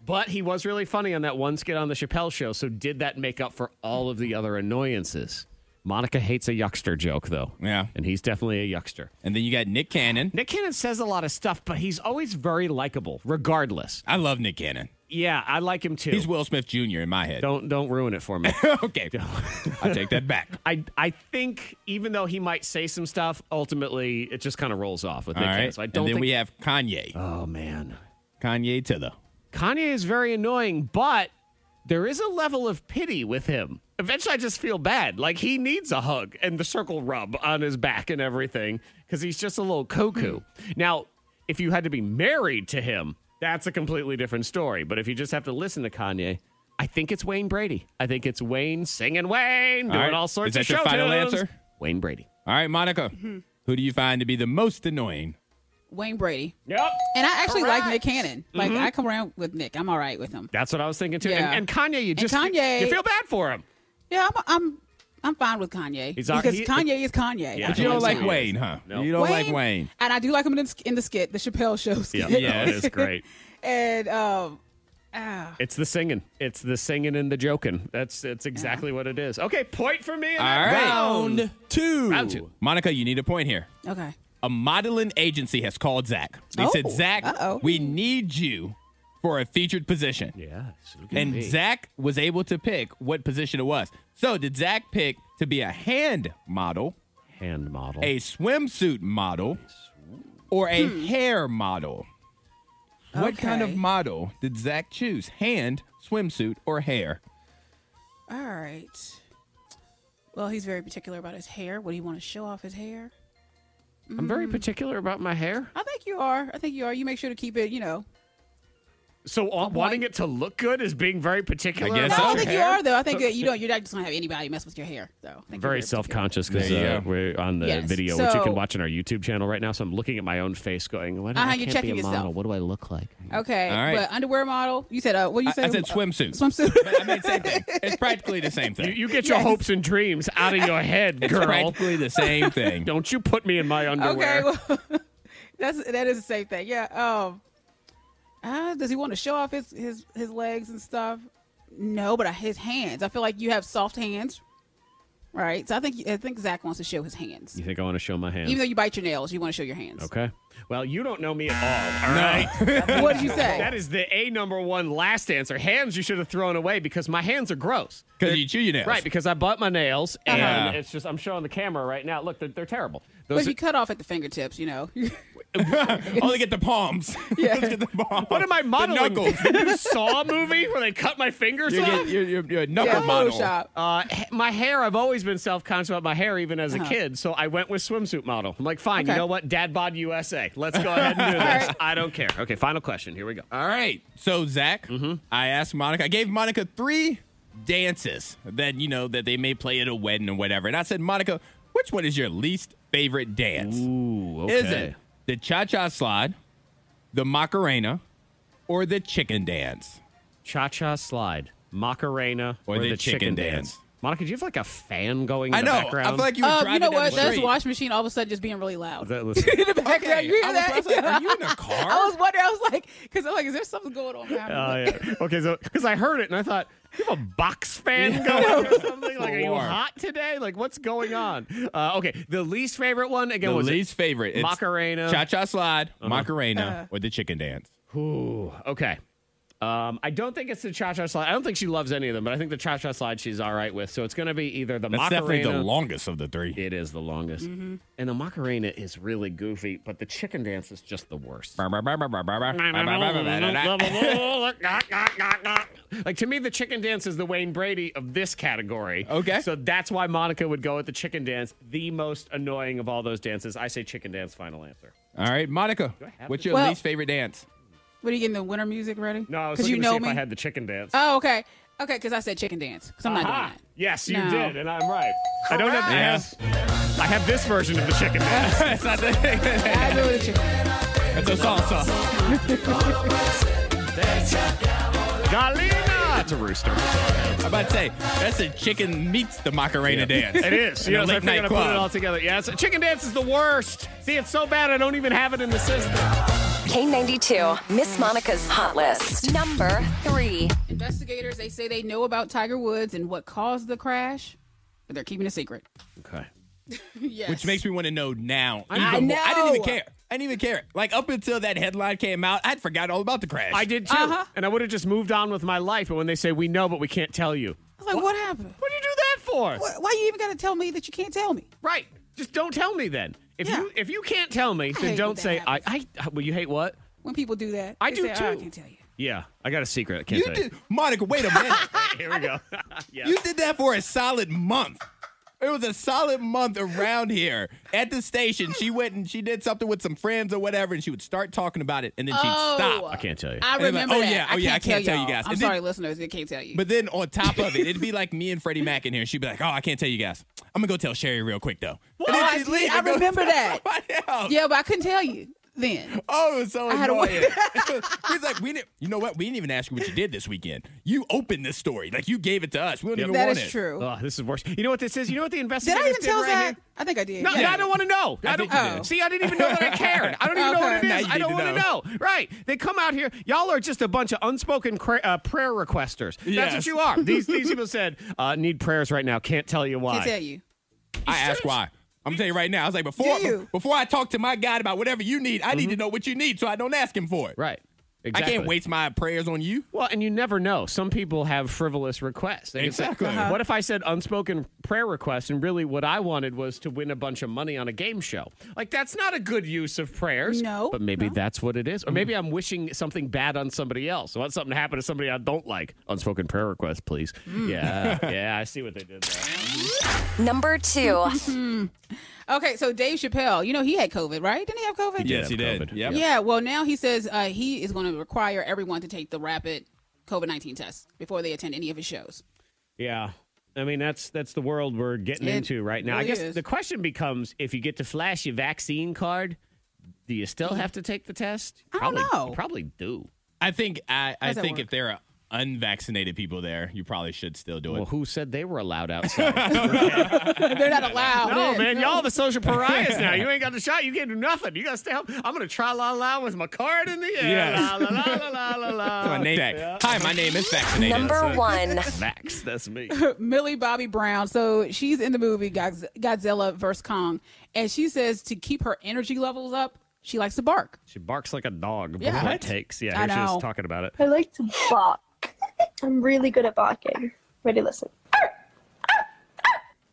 But he was really funny on that one skit on the Chappelle show. So did that make up for all of the other annoyances? Monica hates a yuckster joke though. Yeah. and he's definitely a yuckster. And then you got Nick Cannon. Nick Cannon says a lot of stuff, but he's always very likable, regardless. I love Nick Cannon. Yeah, I like him too. He's Will Smith Jr. in my head. don't don't ruin it for me. okay. I take that back. I I think even though he might say some stuff, ultimately it just kind of rolls off with All Nick Cannon. right. So I don't and then think. we have Kanye. oh man, Kanye to the. Kanye is very annoying, but there is a level of pity with him. Eventually, I just feel bad. Like he needs a hug and the circle rub on his back and everything because he's just a little cuckoo. Now, if you had to be married to him, that's a completely different story. But if you just have to listen to Kanye, I think it's Wayne Brady. I think it's Wayne singing Wayne, doing right. all sorts Is that of your show final tunes. answer? Wayne Brady. All right, Monica. Who do you find to be the most annoying? Wayne Brady. Yep. And I actually like Nick Cannon. Like Mm-hmm. I come around with Nick. I'm all right with him. That's what I was thinking too. Yeah. And, and Kanye, you just Kanye- you feel bad for him. Yeah, I'm. I'm I'm fine with Kanye He's all- because he- Kanye is Kanye. Yeah. I But you don't can't like tell. Wayne, huh? Nope. You don't like Wayne. and I do like him in the, sk- in the skit, the Chappelle Show skit. yeah, it is great. and um, ah, It's the singing. It's the singing and the joking. That's that's exactly what it is. Okay, point for me. In All that right. round. two. Round two. Monica, you need a point here. okay. A modeling agency has called Zach. They Oh, said, Zach, uh-oh. we need you for a featured position. Yeah. And Zach was able to pick what position it was. So did Zach pick to be a hand model, hand model, a swimsuit model, or a hair model? What kind of Hmm. Okay. model did Zach choose? Hand, swimsuit, or hair? All right. Well, he's very particular about his hair. Would he want to show off his hair? I'm very particular about my hair. I think you are. I think you are. You make sure to keep it, you know. So uh, wanting it to look good is being very particular. guess No, about I your think you hair? are though. I think that you don't. You're not just gonna have anybody mess with your hair though. I think you're very self-conscious because There you uh, go. we're on the Yes. video, which you So- can watch on our YouTube channel right now. So I'm looking at my own face, going, "What? Uh-huh, I can't you're be a checking yourself. model. What do I look like?" Okay, All right. but underwear model. You said uh, what do I, you say? I said Uh, swimsuit. swimsuit. I mean, same thing. It's practically the same You, thing. you get your Yes. hopes and dreams out of your head, It's girl. practically the same thing. Don't you put me in my underwear? okay, well, that's that is the same thing. Yeah. Um. Uh, does he want to show off his his his legs and stuff? No, but uh, his hands. I feel like you have soft hands, right? So I think I think Zach wants to show his hands. you think I want to show my hands? Even though you bite your nails, you want to show your hands. okay. Well, you don't know me at all. All right. What did you say? That is the A number one last answer. Hands you should have thrown away because my hands are gross. Because you chew your nails. Right, because I bought my nails and Uh-huh. it's just I'm showing the camera right now. Look, they're, they're terrible. but Those if you cut off at the fingertips, you know. Only Oh, get the palms. Yeah. Let's get the palms. what am I modeling? The knuckles. The new Saw movie where they cut my fingers You're, off? getting, you're, you're, you're a knuckle yeah, model. Photoshop. Uh, h- my hair, I've always been self conscious about my hair even as a kid, so I went with swimsuit model. I'm like, fine, you Uh-huh. Okay. know what? Dad bod USA. Let's go ahead and do this. I don't care. Okay, final question. Here we go. All right. So Zach, Mm-hmm. I asked Monica. I gave Monica three dances that you know that they may play at a wedding or whatever. And I said, Monica, which one is your least favorite dance? Ooh, Is it the cha-cha slide, the macarena, or the chicken dance? Cha Cha Slide, Macarena, Or the chicken dance. Monica, do you have like a fan going in I the know. background? I feel like you were Um, driving you know down what? the That's street. washing machine all of a sudden just being really loud. That- listen. in the background, you hear I was, that? Oh, I was like, are you in a car? I was wondering. I was like, because I'm like, is there something going on? behind me? Oh, yeah. Okay, so because I heard it and I thought, you have a box fan going or something? Like, are you Lord. hot today? Like, what's going on? Uh, okay, the least favorite one again the was it- least favorite. It's Macarena. Uh-huh. cha-cha slide, Uh-huh. macarena, or the chicken dance. Ooh, okay. Um, I don't think it's the cha cha slide. I don't think she loves any of them, but I think the cha cha slide she's all right with. So it's going to be either the That's Macarena. definitely the longest of the three. it is the longest, and the Macarena is really goofy, but the chicken dance is just the worst. like to me, the chicken dance is the Wayne Brady of this category. Okay. so that's why Monica would go with the chicken dance, the most annoying of all those dances. I say chicken dance. Final answer. All right, Monica, what's your Well- least favorite dance? What are you getting the winter music ready? No, I was because looking you to know see me. if I had the chicken dance. oh, okay, okay, because I said chicken dance. Because I'm not Aha. doing Yes, you No. did, and I'm right. I don't have, Yes. I have. I have this version of the chicken dance. That's not the- that. I do the chicken. That's a salsa. Galina. It's a rooster. I'm about to say, that's a chicken meets the Macarena dance. It is. In You a know, so I late night figured I put it club. all together. Yes, chicken dance is the worst. See, it's so bad I don't even have it in the system. K92, Miss Monica's Hot List. Number three. Investigators they say they know about Tiger Woods and what caused the crash, but they're keeping a secret. Okay. yes. Which makes me want to know now. even I more. I didn't even know. care. I didn't even care. Like, up until that headline came out, I'd forgot all about the crash. I did too, Uh-huh. and I would have just moved on with my life. But when they say we know, but we can't tell you, I was like, what, happened? what do you do that for? Wh- Why you even gotta tell me that you can't tell me? Right. Just don't tell me then. If Yeah. you if you can't tell me, hate then when don't that say I, I. Well, you hate what? When people do that, I they do say, "Oh, I too." can't tell you. Yeah, I got a secret. I can't You did, Monica, wait a minute. Here we go. yeah. You did that for a solid month. It was a solid month around here at the station. She went and she did something with some friends or whatever, and she would start talking about it, and then she'd Oh. stop. I can't tell you. I And they're like, remember "Oh, that. yeah, oh, I can't yeah, I can't tell you y'all. guys." I'm And sorry, then- listeners. I can't tell you. But then on top of it, it'd be like me and Freddie Mac in here. She'd be like, "Oh, I can't tell you guys. I'm gonna go tell Sherry real quick though." And Oh, then I she'd did. leave I and go remember tell that. somebody else. yeah, but I couldn't tell you then. Oh, it was so I had to annoying. He's like, we didn't. You know what? We didn't even ask you what you did this weekend. You opened this story. Like you gave it to us. We don't even That want is it. true. Oh, this is worse. You know what this is? You know what the did investigators I even tell right Zach? here? I think I did. No, yeah. I don't want to know. I I don't think you did. see. I didn't even know that I cared. I don't even know what it Okay. Now is. you I need don't to want to know. know. Right? They come out here. Y'all are just a bunch of unspoken cra- uh, prayer requesters. That's what Yes. you are. These these people said uh, need prayers right now. Can't tell you why. Can't tell you. I asked why. I'm telling you right now. I was like, before Do you? Mm-hmm. before I talk to my God about whatever you need, I need to know what you need so I don't ask him for it. Right. I can't waste my prayers on you. Well, and you never know. Some people have frivolous requests. They can say, Exactly. Uh-huh. What if I said unspoken prayer request and really what I wanted was to win a bunch of money on a game show? Like, that's not a good use of prayers. No. But maybe that's what it is. Or maybe I'm wishing something bad on somebody else. I want something to happen to somebody I don't like. Unspoken prayer request, please. Yeah. yeah, I see what they did there. Number two. Okay, so Dave Chappelle, you know he had COVID, right? Didn't he have COVID? Yes, he did. Yep. Yeah, well, now he says uh, he is going to require everyone to take the rapid COVID 19 test before they attend any of his shows. Yeah. I mean that's that's the world we're getting It into right now. I really guess is. the question becomes if you get to flash your vaccine card, do you still have to take the test? I don't probably, know. You probably do. I think I, I How's that think work? if there are unvaccinated people there, you probably should still do it. Well, who said they were allowed outside? They're not allowed. no, in. man, y'all the social pariahs now. You ain't got the shot. You can't do nothing. You got to stay home. I'm gonna try la la with my card in the air. La Yeah. la la la la la. my la. name tag. Hi, my name is vaccinated. Number one. Max, that's me. Millie Bobby Brown. So she's in the movie Godz- Godzilla vs Kong, and she says to keep her energy levels up, she likes to bark. She barks like a dog. Yeah. Before it What? takes. Yeah, I here she know. is talking about it. I like to bark. I'm really good at barking. Ready, listen.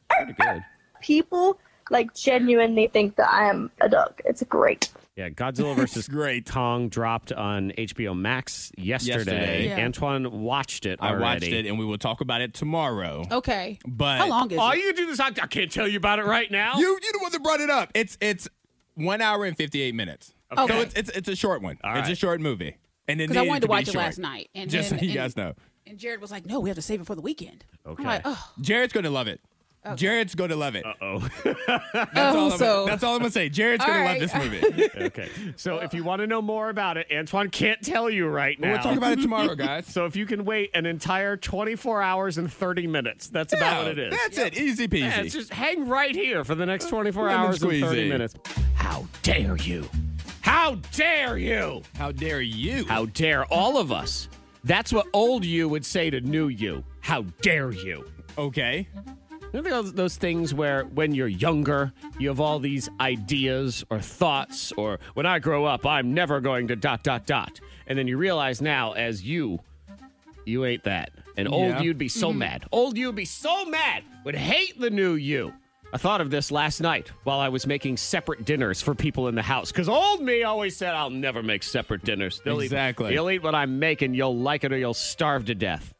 Pretty good. People like genuinely think that I am a dog. It's great. Yeah, Godzilla versus great. Kong dropped on HBO Max yesterday. Yesterday. Yeah. Antoine watched it I already. watched it, and we will talk about it tomorrow. Okay, But how long is All it? you do is I, I can't tell you about it right now. You you the one that brought it up. It's it's one hour and fifty eight minutes. Okay. So it's it's, it's a short one. All it's a right. short movie. And then Because I wanted to watch it last night, and Just then, so you and- guys know, And Jared was like, "No, we have to save it for the weekend." Okay. I'm like, oh, Jared's going to love it. Jared's going to love it. oh. That's, all I'm, oh, so- that's all I'm gonna say. Jared's All gonna right. love this movie. okay. So if you want to know more about it, Antoine can't tell you right now. we'll talk about it tomorrow, guys. so if you can wait an entire 24 hours and 30 minutes, that's about what it is. That's it. Easy peasy. Yeah, it's just hang right here for the next 24 Lemon hours and 30 squeezy. minutes. How dare you? How dare you? How dare you? How dare all of us? That's what old you would say to new you. How dare you? okay. You know those, those things where when you're younger, you have all these ideas or thoughts, or when I grow up, I'm never going to dot, dot, dot. And then you realize now, as you, you ain't that. And Yeah. old you'd be so mad. Old you'd be so mad, would hate the new you. I thought of this last night while I was making separate dinners for people in the house. Because old me always said, I'll never make separate dinners. They'll eat- Exactly. you'll eat what I make and you'll like it or you'll starve to death.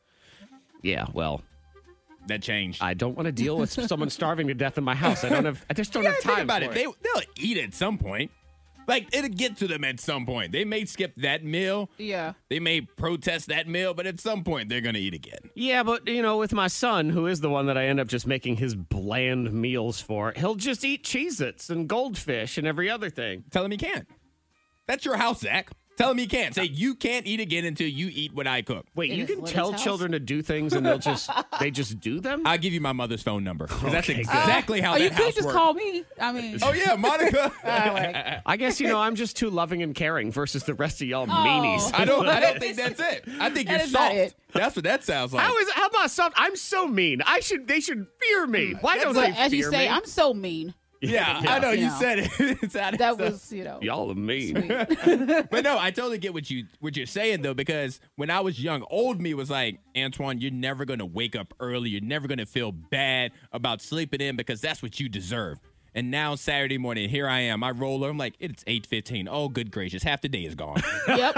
Yeah, well, That changed. I don't want to deal with someone starving to death in my house. I don't have. I just don't Yeah, have think time about for it. They they'll eat at some point. Like it'll get to them at some point. They may skip that meal. yeah. They may protest that meal, but at some point they're gonna eat again. yeah, but you know, with my son, who is the one that I end up just making his bland meals for, he'll just eat Cheez-Its and goldfish and every other thing. Tell him he can't. That's your house, Zach. Tell him he can't. Say you can't eat again until you eat what I cook. Wait, In you his can little tell house? children to do things and they'll just they just do them? I'll give you my mother's phone number. 'cause that's Okay, good. exactly how oh, that you could house just worked. call me. I mean, Oh yeah, Monica. I guess you know I'm just too loving and caring versus the rest of Oh. y'all meanies. I don't. I don't think that's it. I think That you're is not soft. it. That's what that sounds like. How is how about some? I'm so mean. I should they should fear me. Why don't they Oh but fear as you say, me? I'm so mean. yeah, I know you Yeah. said it. It's how that That sounds. was, you know. y'all are mean. but no, I totally get what you what you're saying though, because when I was young, old me was like, Antoine, you're never gonna wake up early. You're never gonna feel bad about sleeping in because that's what you deserve. And now Saturday morning, here I am. I roll over. I'm like, it's eight fifteen. Oh, good gracious, half the day is gone. Yep.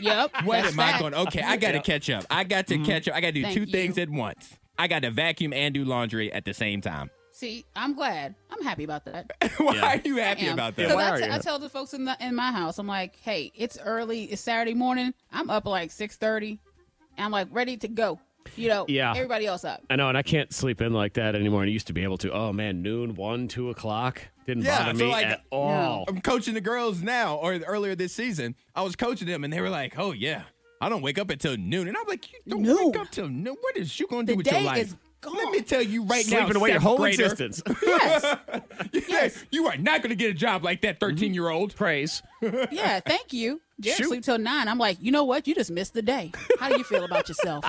Yep. What That's am I fact. going? Okay, I gotta catch up. I got to Mm-hmm. catch up. I gotta do Thank two you. things at once. I got to vacuum and do laundry at the same time. See, I'm glad. I'm happy about that. Why are you I happy am. about Because that? Why I, are t- you? I tell the folks in the in my house, I'm like, hey, it's early. It's Saturday morning. I'm up like 6:30. and I'm like ready to go. You know. Yeah. Everybody else up. I know, and I can't sleep in like that anymore. And I used to be able to. Oh man, noon, one, two o'clock didn't Yeah, bother so, me like, at all. I'm coaching the girls now, or earlier this season, I was coaching them, and they were like, "Oh yeah, I don't wake up until noon," and I'm like, "You don't Noon. wake up till noon. What is you gonna do The with your day life?" is Let gone. me tell you right now, Sleeping away your seventh whole grader, existence. Yes. yeah, you are not gonna get a job like that, 13 year old. Mm-hmm. Praise. yeah. Thank you. Jared Shoot. sleep till nine. I'm like, you know what? You just missed the day. How do you feel about yourself?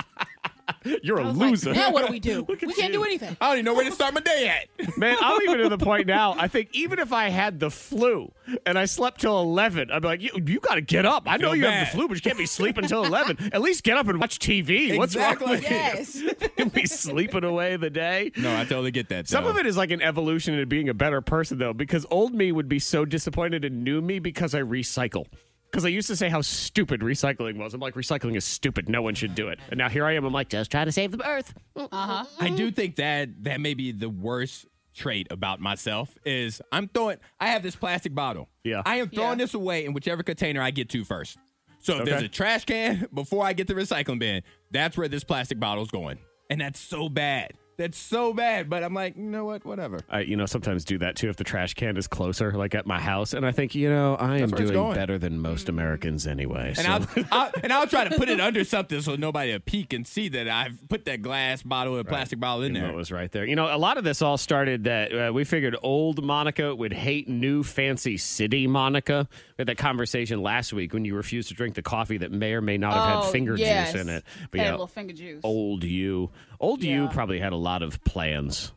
You're a loser. Now what do we do? we can't do anything. I don't even know where to start my day at. Man, I'm even to the point now. I think even if I had the flu and I slept till 11, I'd be like, you, you got to get up. I know Feel you have bad. the flu, but you can't be sleeping till 11. At least get up and watch TV. What's wrong Exactly. with you? You'll be sleeping away the day. No, I totally get that. Some though. of it is like an evolution into being a better person, though, because old me would be so disappointed in new me because I recycle. Because I used to say how stupid recycling was. I'm like, recycling is stupid. No one should do it. And now here I am. I'm like, just trying to save the earth. Uh-huh. I do think that that may be the worst trait about myself is I'm throwing I have this plastic bottle. Yeah. I am throwing this away in whichever container I get to first. So if there's Okay. a trash can before I get the recycling bin, that's where this plastic bottle's going. And that's so bad. That's so bad. But I'm like, you know what? Whatever. I, you know, sometimes do that too if the trash can is closer, like at my house. And I think, you know, I am where it's doing going. better than most Americans anyway. And so- I'll, I'll and I'll try to put it under something so nobody will peek and see that I've put that glass bottle or plastic bottle in You know, there. it was right there. You know, a lot of this all started that uh, we figured old Monica would hate new fancy city Monica. We had that conversation last week when you refused to drink the coffee that may or may not have Oh, had finger yes. juice in it. Had yeah, a little finger juice. old you, old you Yeah. probably had a lot of plans.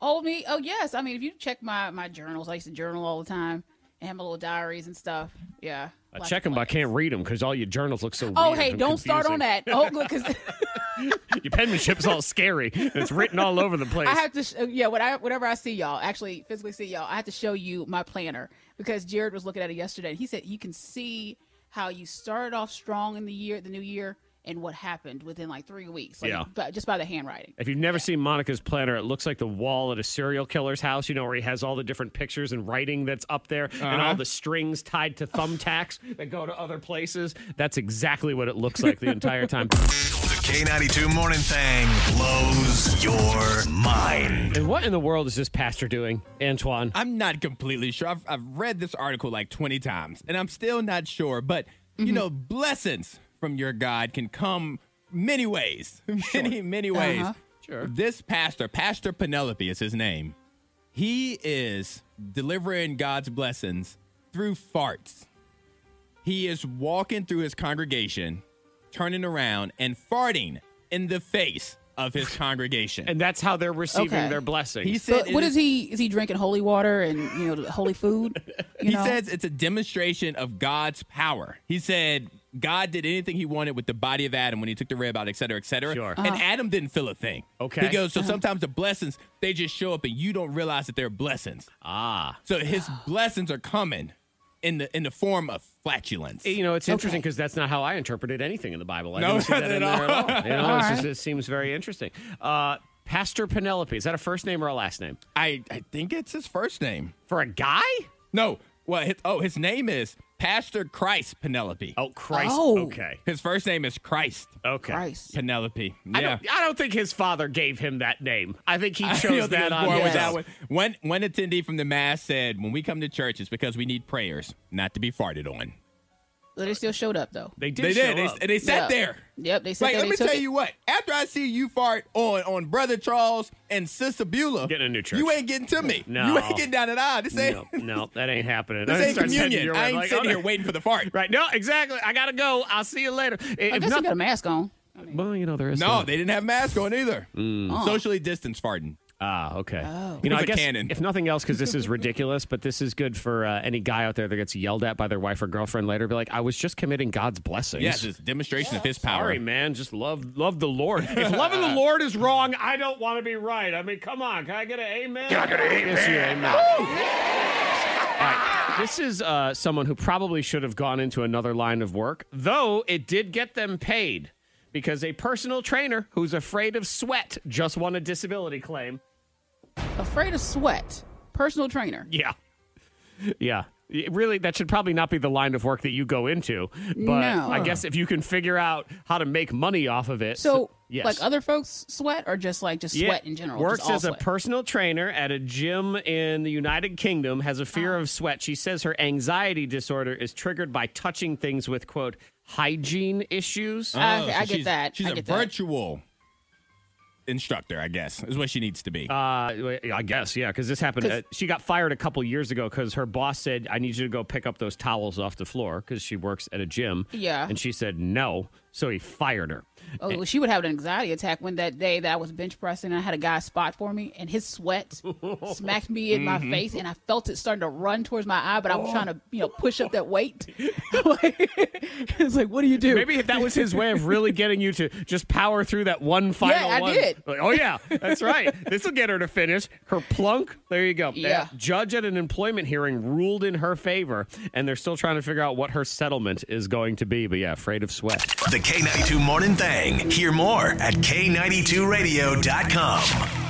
Oh me, oh yes. I mean, if you check my my journals, I used to journal all the time and have my little diaries and stuff. Yeah. I Lots check of them, but I can't read them because all your journals look so. Oh weird hey, and don't start on confusing. that. Oh good, because Your penmanship's all scary. It's written all over the place. I have to. Sh- uh, yeah, when I, whenever I see y'all, actually physically see y'all, I have to show you my planner because Jared was looking at it yesterday. And he said you can see how you started off strong in the year, the new year, and what happened within like three weeks. Like, Yeah. but just by the handwriting. If you've never seen Monica's planner, it looks like the wall at a serial killer's house, you know, where he has all the different pictures and writing that's up there and all Uh-huh. the strings tied to thumbtacks that go to other places. That's exactly what it looks like the entire time. The K92 Morning Thang blows your mind. And what in the world is this pastor doing, Antoine? I'm not completely sure. I've, I've read this article like 20 times, and I'm still not sure. But, you Mm-hmm. know, blessings from your God can come many ways, many, many ways. Uh-huh. Sure. This pastor, Pastor Penelope is his name, he is delivering God's blessings through farts. He is walking through his congregation, turning around and farting in the face of his congregation. And that's how they're receiving Okay. their blessing. he said, But what it is he? Is he drinking holy water and you know the holy food? You He know? says it's a demonstration of God's power. He said God did anything he wanted with the body of Adam when he took the rib out, et cetera, et cetera. Sure. And Adam didn't feel a thing. Okay. He goes, so sometimes the blessings, they just show up and you don't realize that they're blessings. ah. So his blessings are coming in the in the form of flatulence. You know, it's interesting because that's not how I interpreted anything in the Bible. I No, don't see that not in at there at all. all. You know, it's just, it seems very interesting. Uh, pastor Penelope, is that a first name or a last name? I, I think it's his first name. For a guy? No. Well, his, oh, his name is Pastor Christ Penelope. Oh, Christ. Oh. Okay. His first name is Christ Okay. Christ. Penelope. Yeah. I don't, I don't think his father gave him that name. I think he chose that on board his with Yes. that one. One one attendee from the mass said, "When we come to church, it's because we need prayers, not to be farted on." But they still showed up though. They did. They show did. They, up. and they sat Yeah. there. Yep, they said Like, that let they me took tell it. you what. After I see you fart on on brother Charles and sister Beulah, Getting a new church. You ain't getting to me. No. you ain't getting down that aisle. This ain't no, no, that ain't happening. this I ain't start sending you communion. I around ain't like, sitting oh, here waiting for the fart. Right. No, exactly. I got to go. I'll see you later. I If guess he nothing- got a mask on. well, you know, there is. No, that. they didn't have mask on either. Mm. Socially distanced farting. Ah, okay. Oh. You know, I He's a guess canon. if nothing else, because this is ridiculous, but this is good for uh, any guy out there that gets yelled at by their wife or girlfriend later. Be like, I was just committing God's blessings. Yes, it's a demonstration of his power. Sorry, man. Just love, love the Lord. If loving the Lord is wrong, I don't want to be right. I mean, come on. Can I get an amen? Can I get an amen? Yes, you amen. All right. This is uh, someone who probably should have gone into another line of work, though it did get them paid because a personal trainer who's afraid of sweat just won a disability claim. Afraid of sweat. Personal trainer. Yeah. Yeah. It really, that should probably not be the line of work that you go into. But No. I guess if you can figure out how to make money off of it. So, yes. like other folks sweat or just like just Yeah. sweat in general? Works just all as a sweat? personal trainer at a gym in the United Kingdom, has a Oh. fear of sweat. She says her anxiety disorder is triggered by touching things with, quote, hygiene issues. Uh, okay, I get Oh, she's- that. She's I a get that. virtual instructor, I guess, is what she needs to be. Uh, I guess, yeah, because this happened. 'Cause- uh, she got fired a couple years ago because her boss said, "I need you to go pick up those towels off the floor," because she works at a gym. Yeah. and she said no, so he fired her. Oh, well, she would have an anxiety attack when that day that I was bench pressing and I had a guy spot for me and his sweat smacked me in my Mm-hmm. Mhm. face and I felt it starting to run towards my eye, but Oh. I was trying to, you know, push up that weight. it's like, what do you do? Maybe that was his way of really getting you to just power through that one final I one. did. Like, oh, yeah, that's right. this will get her to finish. Her plunk. There you go. Yeah. A judge at an employment hearing ruled in her favor, and they're still trying to figure out what her settlement is going to be. But yeah, afraid of sweat. The K92 Morning Thing. Hear more at K92Radio.com.